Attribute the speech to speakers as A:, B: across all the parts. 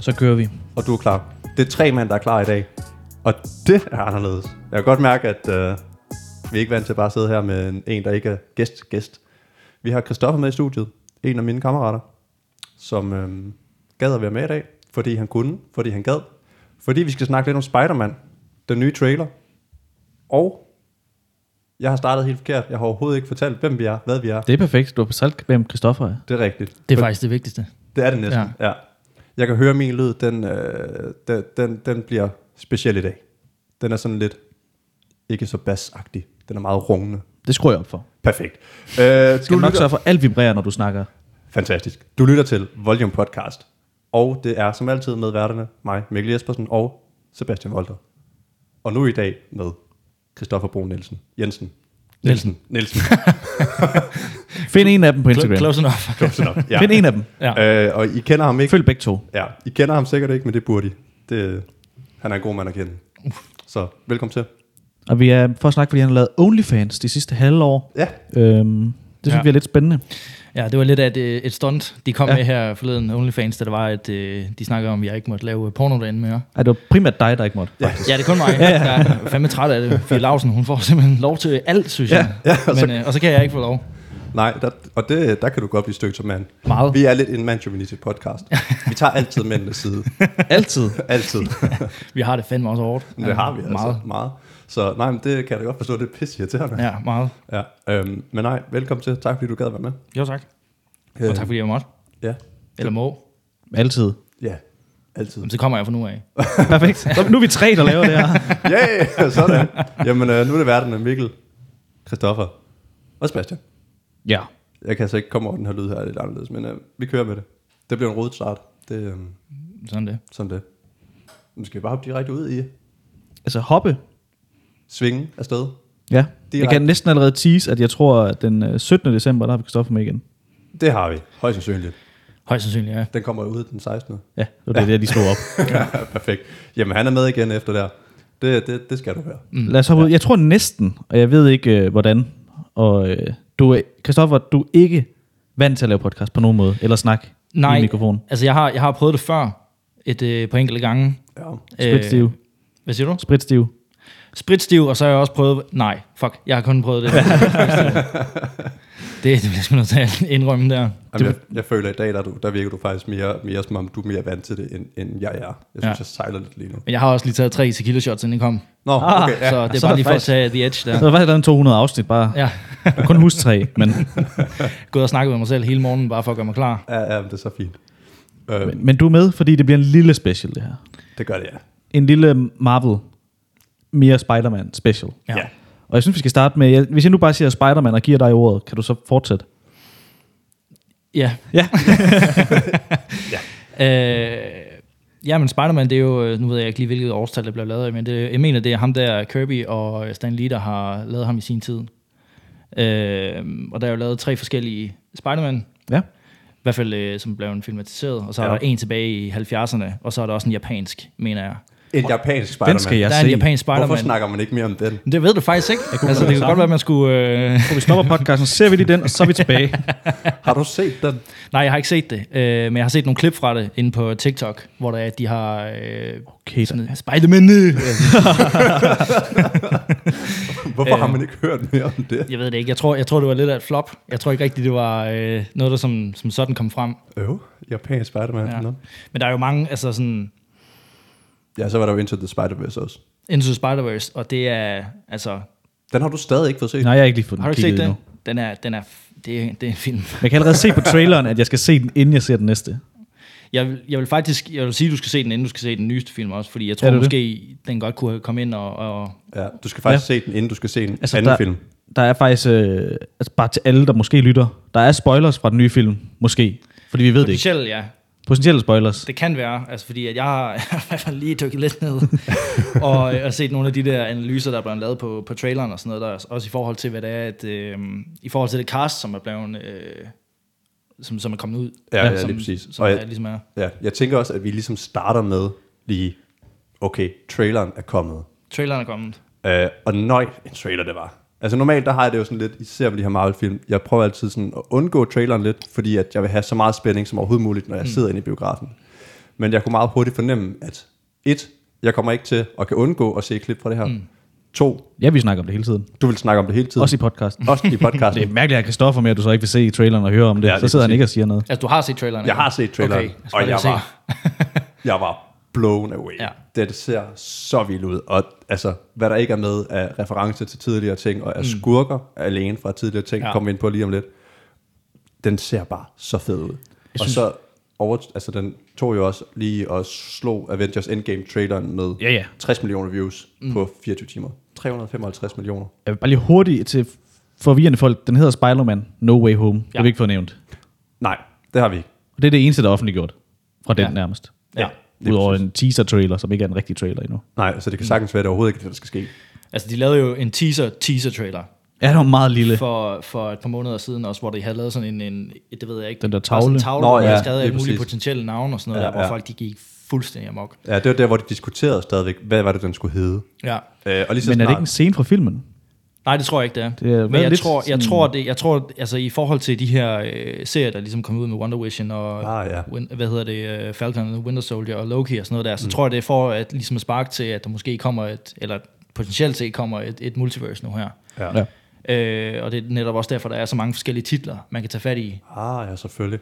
A: Så kører vi.
B: og du er klar. Det er tre mænd, der er klar i dag. Og det er anderledes. Jeg kan godt mærke, at øh, vi er ikke vant til bare at sidde her med en- en, der ikke er gæst, gæst. Vi har Christoffer med i studiet, en af mine kammerater, som øh, gad at være med i dag, fordi han kunne, fordi han gad. Fordi vi skal snakke lidt om Spider-Man, den nye trailer. Og jeg har startet helt forkert. Jeg har overhovedet ikke fortalt, hvem vi er, hvad vi er.
A: Det er perfekt. Du har fortalt, hvem Christoffer er.
B: Det er rigtigt.
C: Det er faktisk det vigtigste.
B: Det er det næsten, ja. ja. Jeg kan høre min lyd, den, øh, den, den, den bliver speciel i dag. Den er sådan lidt, ikke så bassagtig. Den er meget rungende.
A: Det skruer jeg op for.
B: Perfekt. Øh,
A: Du skal nok sørge for, at alt vibrerer, når du snakker.
B: Fantastisk. Du lytter til Volume Podcast. Og det er som altid med værterne, mig, Mikkel Jespersen og Sebastian Volter. Og nu i dag med Christoffer Brun Nielsen. Jensen. Nielsen. Nielsen.
A: Find en af dem på Instagram.
C: Close enough.
B: Nielsen. ja.
A: Find en af dem.
B: Øh, og I kender ham ikke.
A: Følg begge to.
B: Ja, I kender ham sikkert ikke, men det burde I. Det, han er en god mand at kende. Så velkommen til.
A: Og vi er for at snakke, fordi han har lavet OnlyFans de sidste halve år.
B: Ja,
A: Øhm, det synes
C: Ja.
A: vi er lidt spændende.
C: Ja, det var lidt af et, øh, et stunt, de kom
A: Ja.
C: ja. med her forleden, OnlyFans, da der var, at øh, de snakkede om, at jeg ikke måtte lave porno derinde mere.
A: Ej, det var primært dig, der ikke måtte.
B: ja.
C: Ja, det er kun mig. ja, ja. Jeg er fandme træt af det. Fie Lausen, hun får simpelthen lov til alt, synes
A: Ja,
C: jeg.
B: ja, og
C: og,
B: så-
C: Men, øh, og så kan jeg ikke få lov.
B: Nej, der, og det, der kan du godt blive stødt som mand.
C: Meget.
B: Vi er lidt en mandsjuvenistisk podcast. Vi tager altid mændenes side.
A: Altid.
B: Altid.
C: Vi har det fandme også hårdt.
B: Men det har vi altså.
C: Meget.
B: Meget. meget. Så nej, men det kan jeg da godt forstå, det er pisse irriterende.
C: Ja, meget.
B: Ja. Øhm, men nej, velkommen til. Tak fordi du gad at være med.
C: Jo, tak.
B: Øh,
C: Og tak fordi jeg måtte.
B: Ja.
C: Eller må.
A: Altid.
B: Ja, altid.
C: Jamen, så kommer jeg fra nu af.
A: Perfekt. Så nu er vi tre, der laver det her.
B: Ja, yeah, sådan. Jamen, øh, nu er det verden Mikkel, Christoffer og Sebastian.
A: Ja.
B: Jeg kan altså ikke komme over den her lyd her, det er lidt anderledes, men øh, vi kører med det. Det bliver en rodet start. Det er øh,
C: Sådan det.
B: sådan det. Nu skal vi bare hoppe direkte ud i
A: Altså hoppe.
B: svinge afsted.
A: Ja. Jeg
B: Direkte.
A: kan næsten allerede tease, at jeg tror, at den øh, 17. december, der har vi Christoffer med igen.
B: Det har vi, højst sandsynligt.
C: Højst sandsynligt, ja.
B: Den kommer ud den 16.
A: Ja, det var det, ja. jeg lige slog op.
B: Ja, perfekt. Jamen, han er med igen efter der. Det, det, det skal du høre.
A: Mm. Lad os hoppe ud. Jeg tror næsten, og jeg ved ikke øh, hvordan. Og øh, du, er- Christoffer, du er ikke vant til at lave podcast på nogen måde, eller snak
C: Nej,
A: i mikrofon.
C: altså jeg har, jeg har prøvet det før, et øh, på enkelte gange.
B: Ja.
A: Spritstiv.
C: Øh, hvad siger du?
A: Spritstiv.
C: Spritstiv, og så har jeg også prøvet... Nej, fuck, jeg har kun prøvet det. det, det bliver jeg sgu nødt til at indrømme der.
B: Jamen, jeg, jeg, føler, at i dag der, er du, der virker du faktisk mere, mere som om, du er mere vant til det, end, end jeg er. Jeg synes,
C: Ja.
B: jeg sejler lidt lige nu.
C: Men jeg har også lige taget tre tequila shots, inden I kom.
B: Nå,
A: Ah,
B: okay.
C: Ja,
B: Ja.
C: så det er
A: så er
C: bare
A: det
C: lige for at
A: faktisk-
C: tage the edge
A: Så
C: der.
A: der var lavet en 200 afsnit, bare
C: Ja,
A: ja. kun husk tre, men,
C: gået og snakket med mig selv hele morgenen, bare for at gøre mig klar.
B: Ja, ja, men det er så fint. Øh,
A: men, men du er med, fordi det bliver en lille special det her.
B: Det gør det, ja.
A: En lille Marvel, mere Spider-Man special.
C: Ja.
B: ja.
A: Og jeg synes, vi skal starte med, jeg, hvis jeg nu bare siger Spider-Man og giver dig ordet, kan du så fortsætte?
C: Ja.
A: Ja.
C: Øh, ja, men Spider-Man, det er jo, øh, nu ved jeg ikke lige, hvilket årstal, det blev lavet af, men det, jeg mener, det er ham der, Kirby og Stan Lee, der har lavet ham i sin tid. Øh, og der er jo lavet tre forskellige Spider-Man,
A: Ja.
C: i hvert fald øh, som blev en filmatiseret, og så er
B: Ja.
C: der en tilbage i 70'erne, og så er der også en japansk, mener jeg.
B: En japansk Spider-Man.
A: Den skal jeg
C: der er en
A: se.
C: japansk
B: Hvorfor
C: Spider-Man.
B: snakker man ikke mere om den?
C: Men Det ved du faktisk ikke. Altså, det kan godt være, at man skulle... Øh...
A: Så vi stopper podcasten, så ser vi lige den, og så er vi tilbage.
B: Har du set den?
C: Nej, jeg har ikke set det, øh, men jeg har set nogle klip fra det inde på TikTok, hvor der er, at de har... Øh,
A: Okay, så.
C: sådan, Spider-Man! øh."
B: Hvorfor øh. har man ikke hørt mere om det?
C: Jeg ved det ikke. Jeg tror, jeg tror det var lidt af et flop. Jeg tror ikke rigtigt, det var øh, noget, der som, som sådan kom frem.
B: Øv, japansk Spider-Man.
C: Ja.
B: Ja.
C: Men der er jo mange, altså sådan...
B: ja, så var der jo Into the Spider-Verse også.
C: Into the Spider-Verse, og det er... Altså,
B: Den har du stadig ikke fået set.
A: Nej, jeg har ikke lige fået den
C: har du ikke
A: kigget
C: set den?
A: endnu.
C: Den er, den er, det, er, det er en film.
A: Men Jeg kan allerede se på traileren, at jeg skal se den, inden jeg ser den næste.
C: Jeg vil, jeg vil faktisk jeg vil sige, at du skal se den, inden du skal se den nyeste film også, fordi jeg
A: Er
C: tror
A: det det?
C: måske, det? den godt kunne have kommet ind og... og
B: Ja, du skal faktisk ja. se den, inden du skal se en altså, anden
A: der,
B: film.
A: Der er faktisk, øh, altså bare til alle, der måske lytter, der er spoilers fra den nye film, måske. Fordi vi ved det ikke.
C: Potentielt, ja.
A: Potentielle spoilers.
C: Det kan være, altså fordi at jeg har jeg har i hvert fald lige dykket lidt ned og, og set nogle af de der analyser, der er blevet lavet på, på traileren og sådan noget, der, også i forhold til, hvad det er, at, øh, i forhold til det cast, som er blevet, øh, som, som er kommet ud.
B: Ja, ja,
C: som,
B: lige præcis.
C: Som
B: Og
C: er,
B: jeg-
C: ligesom er,
B: Ja, jeg tænker også, at vi ligesom starter med lige, okay, traileren er kommet.
C: traileren er kommet.
B: Øh, og nøj, en trailer det var. Altså normalt, der har jeg det jo sådan lidt, især med de her Marvel-film, jeg prøver
A: Mm.
B: altid sådan at undgå traileren lidt, fordi at jeg vil have så meget spænding som overhovedet muligt, når jeg sidder inde i biografen. Men jeg kunne meget hurtigt fornemme, at et, jeg kommer ikke til at kan undgå at se et klip fra det her. Mm. To,
A: Ja, vi snakker om det hele tiden.
B: du vil snakke om det hele tiden.
A: Også i podcasten.
B: Også i podcasten.
A: Det er mærkeligt, at Kristoffer med, at du så ikke vil se i traileren og høre om det.
B: Ja,
A: Ja,
B: lige
A: så sidder han
B: præcis.
A: ikke og siger noget.
C: Altså, du har set traileren?
B: Jeg
C: ikke?
B: har set traileren,
C: Okay,
B: og jeg
C: se.
B: var- jeg var blown away.
C: Ja.
B: Det ser så vildt ud, og altså, hvad der ikke er med af referencer til tidligere ting, og af
A: Mm.
B: skurker alene fra tidligere ting,
C: Ja.
B: ja. kommer vi ind på lige om lidt. Den ser bare så fed ud. og så over, altså den tog jo også lige og slog Avengers Endgame-traileren med
A: Ja, ja.
B: 60 millioner views mm. på 24 timer. 355 millioner.
A: Jeg vil bare lige hurtigt til forvirrende folk. Den hedder Spider-Man No Way Home. Ja. Det har vi ikke fået nævnt.
B: Nej, det har vi ikke.
A: Og det er det eneste, der er offentliggjort fra den
C: Ja.
A: nærmest.
B: Ja, lige
A: Udover
B: præcis.
A: en teaser-trailer, som ikke er en Mm. rigtig trailer endnu.
B: Nej, så det kan sagtens være, at det overhovedet ikke er det, der skal ske.
C: Altså, de lavede jo en teaser-teaser-trailer
A: Ja, det var meget lille.
C: for, for et par måneder siden også, hvor de havde lavet sådan en, en det ved jeg ikke,
A: Den der
C: bare sådan
A: tavle.
C: en tavle
B: Nå,
C: Nå, hvor ja,
B: ja,
C: jeg skrev
B: lige
C: alle mulige
B: præcis.
C: potentielle navne og sådan noget, ja,
B: Ja,
C: der, hvor ja.
B: ja.
C: folk de gik fuldstændig amok.
B: Ja, det var der, hvor de diskuterede stadigvæk, hvad var det, den skulle hedde.
C: Ja.
B: Øh, og lige så
A: Men er det
B: snart-
A: ikke en scene fra filmen?
C: Nej, det tror jeg ikke, det er.
A: Det er
C: Men
A: været
C: jeg
A: lidt
C: tror, jeg
A: sådan-
C: tror, det, jeg tror, altså i forhold til de her øh, serier, der ligesom kom ud med Wonder Vision og,
B: Ah, ja.
C: Win, hvad hedder det, øh, Falcon and the Winter Soldier og Loki og sådan noget der, så mm. tror jeg, det er for at ligesom at sparke til, at der måske kommer et, eller potentielt set kommer et, et multiverse nu her.
B: Ja.
A: Ja.
C: Øh, og det er netop også derfor, der er så mange forskellige titler, man kan tage fat i.
B: Ah, ja, selvfølgelig.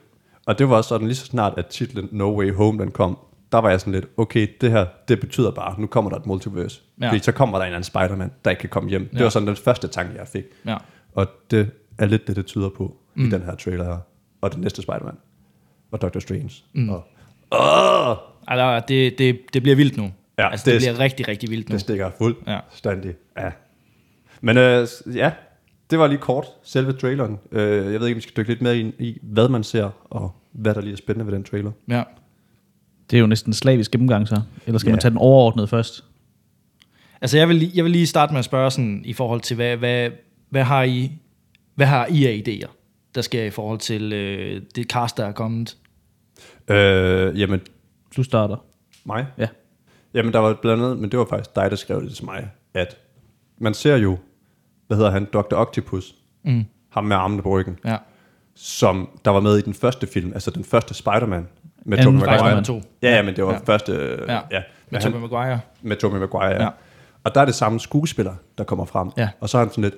B: Og det var også sådan, lige så snart, at titlen No Way Home, den kom, der var jeg sådan lidt, okay, det her, det betyder bare, nu kommer der et multiverse.
C: Ja.
B: Ja. Fordi så kommer der en eller anden Spider-Man, der ikke kan komme hjem. Ja.
C: Ja.
B: Det var sådan den første tanke, jeg fik.
C: Ja.
B: Og det er lidt det, det tyder på mm. i den her trailer her. Og den næste Spider-Man. Og Doctor Strange. Mm. Og, åh,
C: Altså, det, det, det bliver vildt nu.
B: Ja,
C: altså, det, det
B: det-
C: bliver rigtig, rigtig vildt nu.
B: det stikker
C: Ja.
B: fuldstændig ja. af. Men øh, s- ja, det var lige kort, selve traileren. Øh, jeg ved ikke, om vi skal dykke lidt mere ind i, hvad man ser, og hvad der lige er spændende ved den trailer.
C: Ja.
A: Det er jo næsten en slavisk gennemgang, så. Eller skal
B: Ja.
A: man tage den overordnede først?
C: Altså, jeg vil, lige- jeg vil lige starte med at spørge sådan, i forhold til, hvad, hvad, hvad, har I, hvad har I af idéer, der sker i forhold til øh, det cast, der er kommet?
B: Øh, jamen,
A: Du starter.
B: mig?
A: Ja.
B: Jamen, der var blandt andet, men det var faktisk dig, der skrev det til mig, at man ser jo, hvad hedder han, Dr. Octopus, mm. ham med armene på ryggen,
C: Ja.
B: som der var med i den første film, altså den første Spider-Man med
A: Anden
B: Tobey Maguire.
A: Spider-Man
C: to.
B: Ja, ja, men det var
C: Ja.
B: ja. første, øh, ja,
C: Ja. ja.
B: ja
C: Med
B: med,
C: Tobey
B: han,
C: Maguire.
B: med Tobey Maguire.
C: Ja.
B: Ja. Og der er det samme skuespiller, der kommer frem.
C: Ja.
B: Og så er han sådan lidt,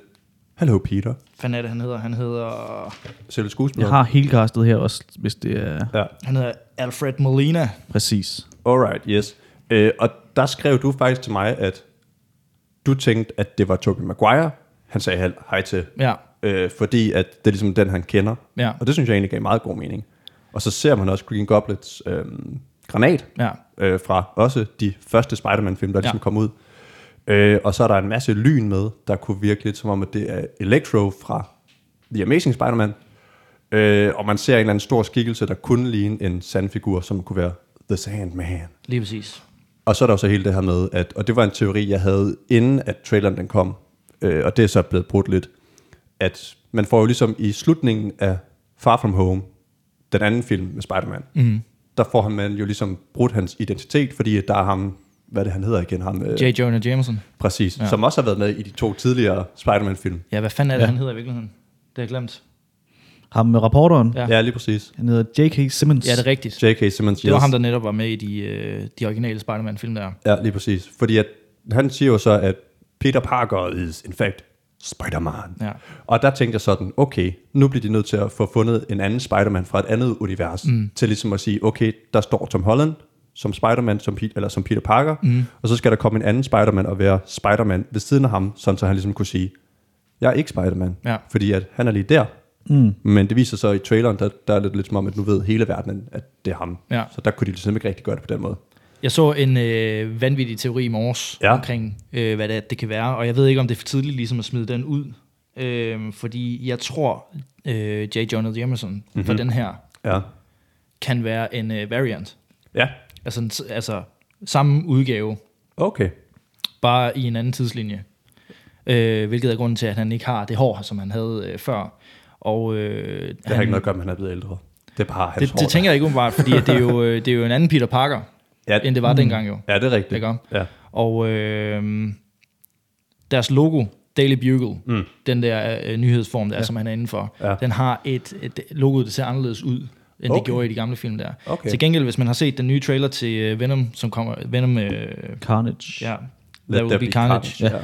B: hello Peter,
C: Hvad er det, han hedder? Han hedder,
B: selv
A: Jeg
B: skuespiller.
A: har hele castet her også, hvis det er
B: Ja.
C: han hedder Alfred Molina.
A: præcis.
B: Alright, yes. Øh, og der skrev du faktisk til mig, at du tænkte, at det var Tobey Maguire, han sagde hel- hej til.
C: Ja.
B: Øh, fordi at det er ligesom den, han kender.
C: Ja.
B: Og det synes jeg egentlig gav meget god mening. Og så ser man også Green Goblets øh, granat
C: Ja.
B: øh, fra også de første Spider-Man-film, der ligesom
C: Ja.
B: kom ud. Øh, og så er der en masse lyn med, der kunne virke lidt som om, at det er Electro fra The Amazing Spider-Man. Øh, og man ser en eller anden stor skikkelse, der kunne ligne en sandfigur, som kunne være The Sandman.
C: Lige præcis.
B: Og så er der jo så hele det her med, at, og det var en teori, jeg havde, inden at traileren den kom, øh, og det er så blevet brudt lidt, at man får jo ligesom i slutningen af Far From Home, den anden film med Spider-Man,
C: Mhm.
B: mm. der får han man jo ligesom brudt hans identitet, fordi at der er ham, hvad er det han hedder igen, ham, øh,
C: J. Jonah Jameson.
B: præcis,
C: Ja.
B: ja. som også har været med i de to tidligere Spider-Man-film.
C: Ja, hvad fanden er det, ja.
A: Ja.
C: han hedder i virkeligheden? Det har jeg glemt.
A: Ham med rapporteren.
C: Ja.
B: Ja. ja, lige præcis.
A: Han hedder J.K. Simmons.
C: Ja, det er rigtigt.
B: J.K. Simmons.
C: Det var
B: yes.
C: ham, der netop var med i de, øh, de originale Spider-Man-film der.
B: Ja, lige præcis. Fordi at, han siger jo så, at Peter Parker is in fact Spider-Man.
C: Ja.
B: Og der tænkte jeg sådan, okay, nu bliver de nødt til at få fundet en anden Spider-Man fra et andet univers, mm. til ligesom at sige, okay, der står Tom Holland som Spider-Man, som Pete, eller som Peter Parker, mm. og så skal der komme en anden Spider-Man og være Spider-Man ved siden af ham, sådan så han ligesom kunne sige, jeg er ikke Spider-Man,
C: Ja.
B: fordi at han er lige der. Mm. Men det viser sig i traileren, der, der er det lidt som om, at nu ved hele verdenen, at det er ham.
C: Ja.
B: Så der kunne de ligesom ikke rigtig gøre det på den måde.
C: Jeg så en øh, vanvittig teori i morges ja.
B: Ja.
C: omkring, øh, hvad det, er, det kan være, og jeg ved ikke, om det er for tidligt ligesom at smide den ud, øh, fordi jeg tror, øh, J. Jonah Jameson mm-hmm.
B: Mhm.
C: for den her
B: Ja.
C: kan være en øh, variant.
B: Ja.
C: Altså, en, s- altså samme udgave,
B: Okay.
C: bare i en anden tidslinje. Øh, hvilket er grunden til, at han ikke har det hår, som han havde øh, før. Og, øh,
B: Det har ikke noget at gøre med, at han er blevet ældre. Det er bare hans
C: det,
B: hår,
C: det
B: der-
C: tænker jeg ikke umiddelbart, fordi at det, er jo, øh, det er jo en anden Peter Parker,
B: Ja.
C: end det var dengang jo.
B: Ja, det er rigtigt.
C: Ikke om?
B: Ja.
C: Og øh, deres logo, Daily Bugle, mm. den der øh, nyhedsform, der ja. som han er indenfor, ja.
B: Ja.
C: den har et, et logo, der ser anderledes ud. end okay.
B: Okay.
C: det gjorde i de gamle film der.
B: Okay.
C: Til gengæld, hvis man har set den nye trailer til øh, Venom, som kommer, Venom, øh,
A: Carnage.
C: ja,
B: Let
C: There Will Be Carnage,
A: Ja.
B: Ja.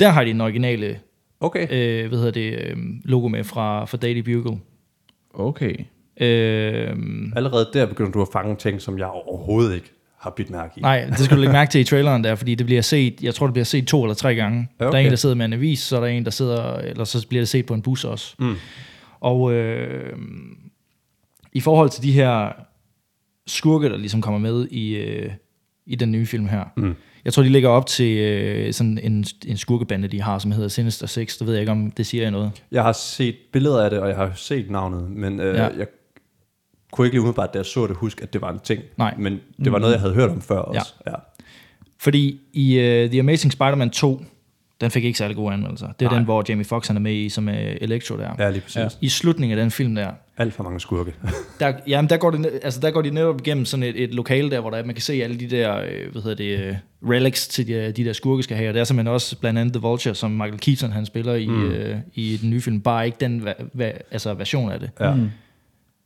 C: der har de den originale
B: Okay.
C: øh, hvad hedder det, øh, logo med fra, fra Daily Bugle.
A: Okay.
C: Øh,
B: Allerede der begynder du at fange ting, som jeg overhovedet ikke har bidt mærke i.
C: nej, det skal du lægge mærke til i traileren der, fordi det bliver set, jeg tror det bliver set to eller tre gange. Okay. Der er
B: Okay.
C: en, der sidder med en avis, så er der en, der sidder, eller så bliver det set på en bus også.
B: Mm.
C: Og øh, i forhold til de her skurke, der ligesom kommer med i, øh, i den nye film her,
B: Mm.
C: jeg tror, de ligger op til øh, sådan en, en skurkebande, de har, som hedder Sinister Six. Det ved jeg ikke, om det siger jeg noget.
B: Jeg har set billeder af det, og jeg har set navnet, men øh,
C: Ja.
B: ja. jeg kunne ikke lige umiddelbart, da jeg så det, huske, at det var en ting.
C: Nej. Mm.
B: Men det var noget, jeg havde hørt om før også. Ja. ja.
C: Fordi i uh, The Amazing Spider-Man 2, den fik ikke særlig gode anmeldelser. Det er Nej.
B: Nej.
C: den, hvor Jamie Foxx han er med i, som er Electro der.
B: Ja, lige præcis. Ja.
C: I slutningen af den film der,
B: Alt for mange skurke.
C: der, jamen, der, går det, ne- altså, der går de netop igennem sådan et, et lokale der, hvor der, man kan se alle de der, øh, hvad hedder det, øh, relics til de, de der skurke skal have. Og det er simpelthen også blandt andet The Vulture, som Michael Keaton han spiller i, mm. øh, i den nye film. Bare ikke den va- va- altså, version af det.
B: ja. mm.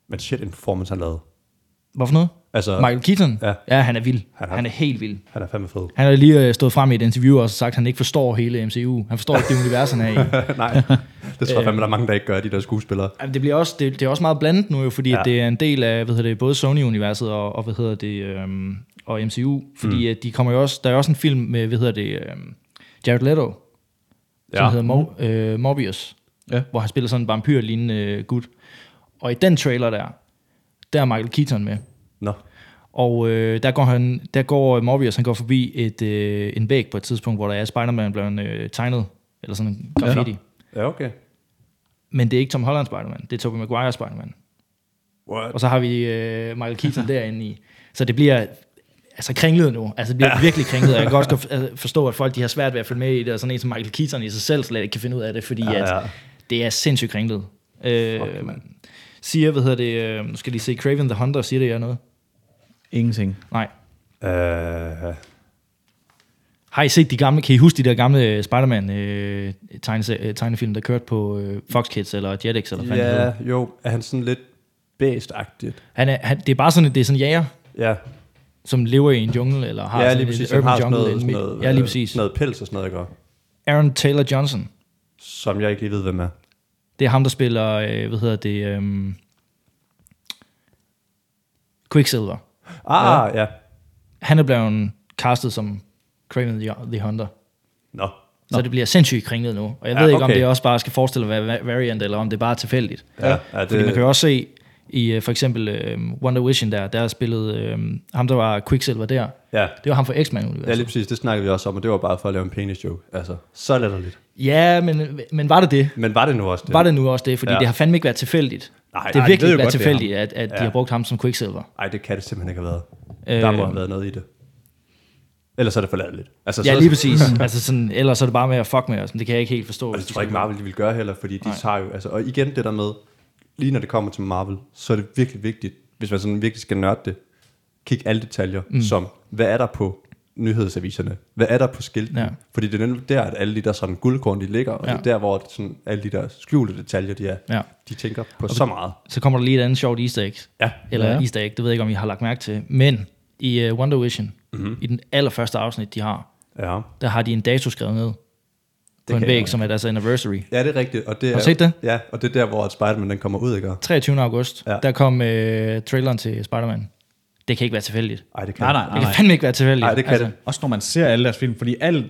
B: Men shit, en performance han lavede.
C: Hvorfor noget?
B: Altså,
C: Michael Keaton?
B: Ja.
C: ja han er vild.
B: Han
C: Han er,
B: er-
C: han er helt vild.
B: han er fandme fed.
C: Han har lige øh, stået frem i et interview og sagt, at han ikke forstår hele MCU. Han forstår ikke det univers, han er i.
B: Nej, det
C: Øh.
B: tror jeg fandme, der er mange, der ikke gør, de der skuespillere.
C: Jamen, det, bliver også, det, det er også meget blandet nu, jo, fordi ja.
B: Ja.
C: at det er en del af hvad hedder det, både Sony-universet og, og, hvad hedder det, øhm, og MCU. Fordi mm. at de kommer jo også, der er også en film med hvad hedder det, øhm, Jared Leto, ja. som
B: Ja.
C: hedder Mo, øh, Morbius,
A: Ja.
C: hvor han spiller sådan en vampyr-lignende øh, gut. Og i den trailer der, der er Michael Keaton med.
B: Nå,
C: Og øh, der, går han, der går Morbius, han går forbi et, øh, en væg på et tidspunkt, hvor der er Spider-Man blevet øh, tegnet, eller sådan en graffiti. Ja.
B: ja okay.
C: Men det er ikke Tom Holland Spider-Man, det er Tobey Maguire Spider-Man.
B: What?
C: Og så har vi øh, Michael Keaton derinde i. Så det bliver altså kringlet nu. Altså det bliver ja. virkelig kringlet. Og jeg kan også godt altså, forstå, at folk de har svært ved at følge med i det, og sådan en som Michael Keaton i sig selv slet ikke kan finde ud af det, fordi ja, ja.
B: ja.
C: At det er sindssygt kringlet. Øh, siger, hvad hedder det, øh, nu skal jeg lige se, Craven the Hunter, siger det jer noget?
A: Ingenting.
C: Nej.
B: Øh,
C: Har I set de gamle, kan I huske de der gamle øh, Spider-Man øh, tegnese- øh, tegnefilm, der kørte på øh, Fox Kids eller Jetix eller hvad yeah.
B: ja, jo, er han sådan lidt bæstagtigt?
C: han er, han, Det er bare sådan, at det er sådan en jæger,
B: Ja,
C: som lever i en jungle, eller har
B: ja
C: sådan
B: lige
C: et
B: præcis. Han
C: urban
B: har sådan
C: jungle.
B: noget,
C: inde
B: sådan
C: midt-
B: noget,
C: ja, lige
B: øh,
C: præcis.
B: noget pels og sådan noget, jeg gør.
C: Aaron Taylor Johnson.
B: Som jeg ikke lige ved, hvem er.
C: Det er ham, der spiller, øh, hvad hedder det, øhm, Quicksilver.
B: Ah, ja. ja.
C: Han er blevet castet som Kraven the, the Hunter.
B: Nå.
C: Så det bliver sindssygt kringlet nu. Og jeg
B: Ja,
C: ved ikke, om
B: okay.
C: det også bare skal forestille at være va- variant, eller om det bare er tilfældigt.
B: Ja, ja det,
C: Fordi man kan jo også se, i øh, for eksempel øh, Wonder Vision der, der spillede øh, ham, der var Quicksilver der.
B: ja.
C: Det var ham fra
B: ja,
C: X-Men-universet.
B: lige præcis. Det snakkede vi også om, og det var bare for at lave en penis joke. Altså, så latterligt.
C: Ja, men, men var det det?
B: Men var det nu også det?
C: Var det nu også det? Fordi ja.
B: Ja.
C: det har fandme ikke været tilfældigt.
B: Nej, nej,
C: det har
B: det ved
C: virkelig
B: jeg
C: ikke været
B: godt, det er ham.
C: tilfældigt, at, at ja. de
B: Ja.
C: har brugt ham som Quicksilver.
B: Ej, det kan det simpelthen ikke have været.
C: Øh,
B: Øh, der må have været noget i det. Ellers er det for latterligt. Altså,
C: Ja,
B: så,
C: lige præcis. altså sådan, ellers er det bare med at fuck med os, men det kan jeg ikke helt forstå.
B: Og
C: hvis
B: det
C: Altså, de
B: tror jeg ikke,
C: skal-
B: Marvel de vil gøre heller, fordi de tager jo... Altså, og igen det der med, lige når det kommer til Marvel, så er det virkelig vigtigt, hvis man sådan virkelig skal nørde det, kig alle detaljer, mm. som hvad er der på nyhedsaviserne? Hvad er der på skiltene?
C: Ja.
B: Ja. Fordi det er nemlig der, at alle de der sådan guldkorn, de ligger, og
C: Ja.
B: ja. det er der, hvor det sådan, alle de der skjulte detaljer, de er,
C: Ja.
B: ja. de tænker på så meget.
C: Så kommer der lige et andet sjovt easter egg.
B: Ja.
C: Eller ja.
A: Ja.
C: easter egg, det ved jeg ikke, om I har lagt mærke til. Men i uh, Wonder Vision,
B: Mhm.
C: mm-hmm. i den allerførste afsnit, de har,
B: Ja.
C: der har de en dato skrevet ned på
B: kan
C: en
B: jeg
C: væg,
B: godt.
C: som er deres anniversary.
B: Ja, det er rigtigt. Og det
C: Har
B: er,
C: du set det?
B: Ja, og det er der, hvor at Spider-Man den kommer ud, ikke?
C: 23. august, ja.
B: Ja.
C: der kom uh, traileren til Spider-Man. Det kan ikke være tilfældigt.
B: Ej, det kan
A: Nej,
B: jeg
A: nej,
C: Det
A: nej.
C: kan fandme ikke være tilfældigt.
B: Nej, det kan
C: altså,
B: det.
A: Også når man ser alle deres film, fordi alt...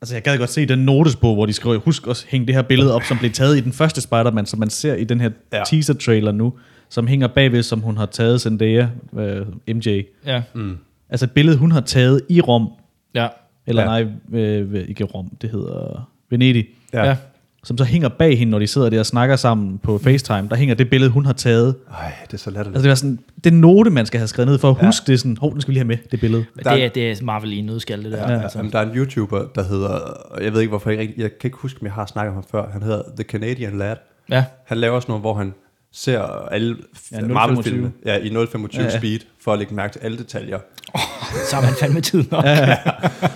A: Altså, jeg gad godt se den notesbog, hvor de skriver, husk også hænge det her billede op, som blev taget i den første Spider-Man, som man ser i den her
B: Ja.
A: teaser-trailer nu, som hænger bagved, som hun har taget Zendaya, øh, MJ.
C: Ja.
B: Mm.
A: Altså et billede, hun har taget i Rom,
C: Ja.
A: eller ja.
B: Ja.
A: nej, øh, ved- ikke Rom, det hedder Venedig,
B: Ja.
C: ja.
A: som så hænger bag hende, når de sidder der og snakker sammen på FaceTime. Der hænger det billede, hun har taget.
B: Ej, det er så latterligt.
A: Altså det var sådan, det note, man skal have skrevet ned for at ja. huske det sådan, hov, den skal vi lige have med, det billede.
C: Men
B: Der-
C: Det, er, det er Marvel i en nødskal, det der. Ja.
B: Altså. Jamen, der er en YouTuber, der hedder, og jeg ved ikke hvorfor, jeg, ikke, rigtig- jeg kan ikke huske, om jeg har snakket om ham før, han hedder The Canadian Lad.
C: ja.
B: Han laver sådan noget, hvor han ser alle
A: Ja,
B: ja,
A: 0,25.
B: Marvel-filmene ja, i 0,25
A: Ja,
B: ja,
A: ja.
B: ja. speed, for at lægge mærke til alle detaljer.
C: Så har man fandme tid nok.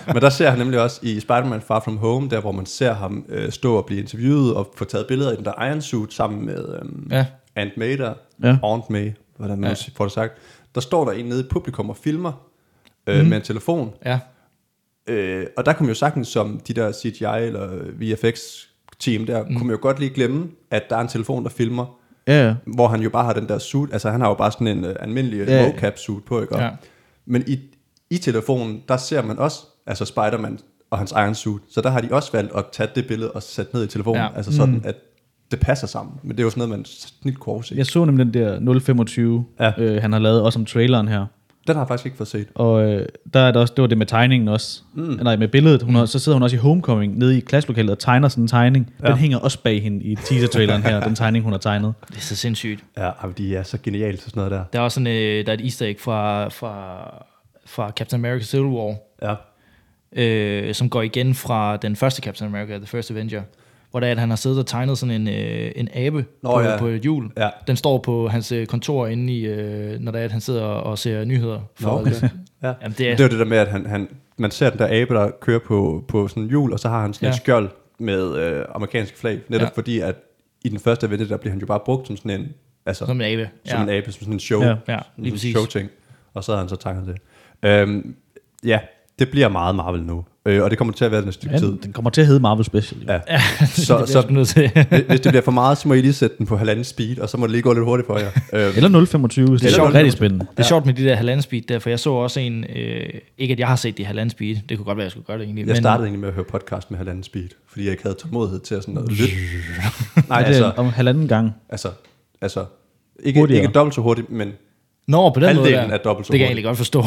B: Men der ser han nemlig også i Spider-Man Far From Home, der hvor man ser ham øh, stå og blive interviewet, og få taget billeder i den der Iron Suit sammen med øhm,
C: Ja.
B: Aunt May der.
A: Ja.
B: Aunt May. hvordan man ja. får det sagt, der står der en nede i publikum og filmer øh, mm. med en telefon.
C: Ja.
B: Øh, og der kunne man jo sagtens, som de der CGI eller VFX-team der, mm. kunne man jo godt lige glemme, at der er en telefon, der filmer,
A: Ja, ja.
B: hvor han jo bare har den der suit, altså han har jo bare sådan en uh, almindelig
A: Ja.
B: yeah. mocap suit på, ikke? Og-
C: Ja.
B: Men i, i telefonen, der ser man også, altså Spider-Man og hans egen suit, så der har de også valgt at tage det billede og sætte ned i telefonen,
C: Ja.
B: ja. altså sådan, mm. at det passer sammen. Men det er jo sådan noget, man snilt kunne overse.
A: Jeg så nemlig den der 025, ja.
B: Ja.
A: øh, han har lavet, også om traileren her.
B: Den har jeg faktisk ikke fået set.
A: Og øh, der er det også, det var det med tegningen også. Mm. Nej, med billedet. Hun har, så sidder hun også i Homecoming nede i klasselokalet og tegner sådan en tegning. Ja. Den hænger også bag hende i teaser-traileren her, den tegning, hun har tegnet.
C: Det er så sindssygt.
B: Ja, jamen, de er så genialt til sådan noget der.
C: Der er også sådan, øh, der er et easter egg fra, fra, fra Captain America Civil War,
B: Ja.
C: øh, som går igen fra den første Captain America, The First Avenger, hvor der er, at han har siddet og tegnet sådan en, øh, en abe
B: Nå,
C: på,
B: ja.
C: på et hjul.
B: Ja.
C: Den står på hans øh, kontor inde i, øh, når der er, at han sidder og ser nyheder. For,
B: Nå, okay. ja.
C: Jamen, det er-
B: det er jo det der med, at han, han, man ser den der abe, der kører på, på sådan en hjul, og så har han sådan ja.
C: Ja.
B: et skjold med øh, amerikansk flag, netop
C: Ja.
B: ja. fordi, at i den første event, der bliver han jo bare brugt som sådan en, altså,
C: Som en abe.
B: som
C: ja.
B: en abe, som sådan en show,
A: Ja.
C: Ja, lige
B: sådan en
C: præcis.
B: showting, og så har han så tegnet det. Øhm, ja, det bliver meget Marvel nu, øh, og det kommer til at være den et stykke
A: Ja,
B: tid.
A: den kommer til at hedde Marvel Special. jo.
B: Ja.
C: så, det
B: så,
C: bliver jeg sgu
B: så
C: nødt til.
B: hvis det bliver for meget, så må I lige sætte den på halvanden speed, og så må det lige gå lidt hurtigt for jer. Øhm,
A: Eller 025, hvis det er
B: Eller
A: sjovt,
B: 025.
A: rigtig spændende.
C: Det er sjovt med de der halvanden speed der, for jeg så også en, øh, ikke at jeg har set de halvanden speed, det kunne godt være, jeg skulle gøre det egentlig.
B: Jeg startede egentlig med at høre podcast med halvanden speed, fordi jeg ikke havde tålmodighed til at sådan noget lytte. Nej,
A: Ja, det er
B: altså,
A: om halvanden gang.
B: altså, altså ikke,
A: Hurtigere.
B: ikke dobbelt så hurtigt, men,
C: Nå, på den
B: Halvdelen
C: måde der.
B: er dobbelt så
C: Det kan jeg
B: hurtigt.
C: egentlig godt forstå.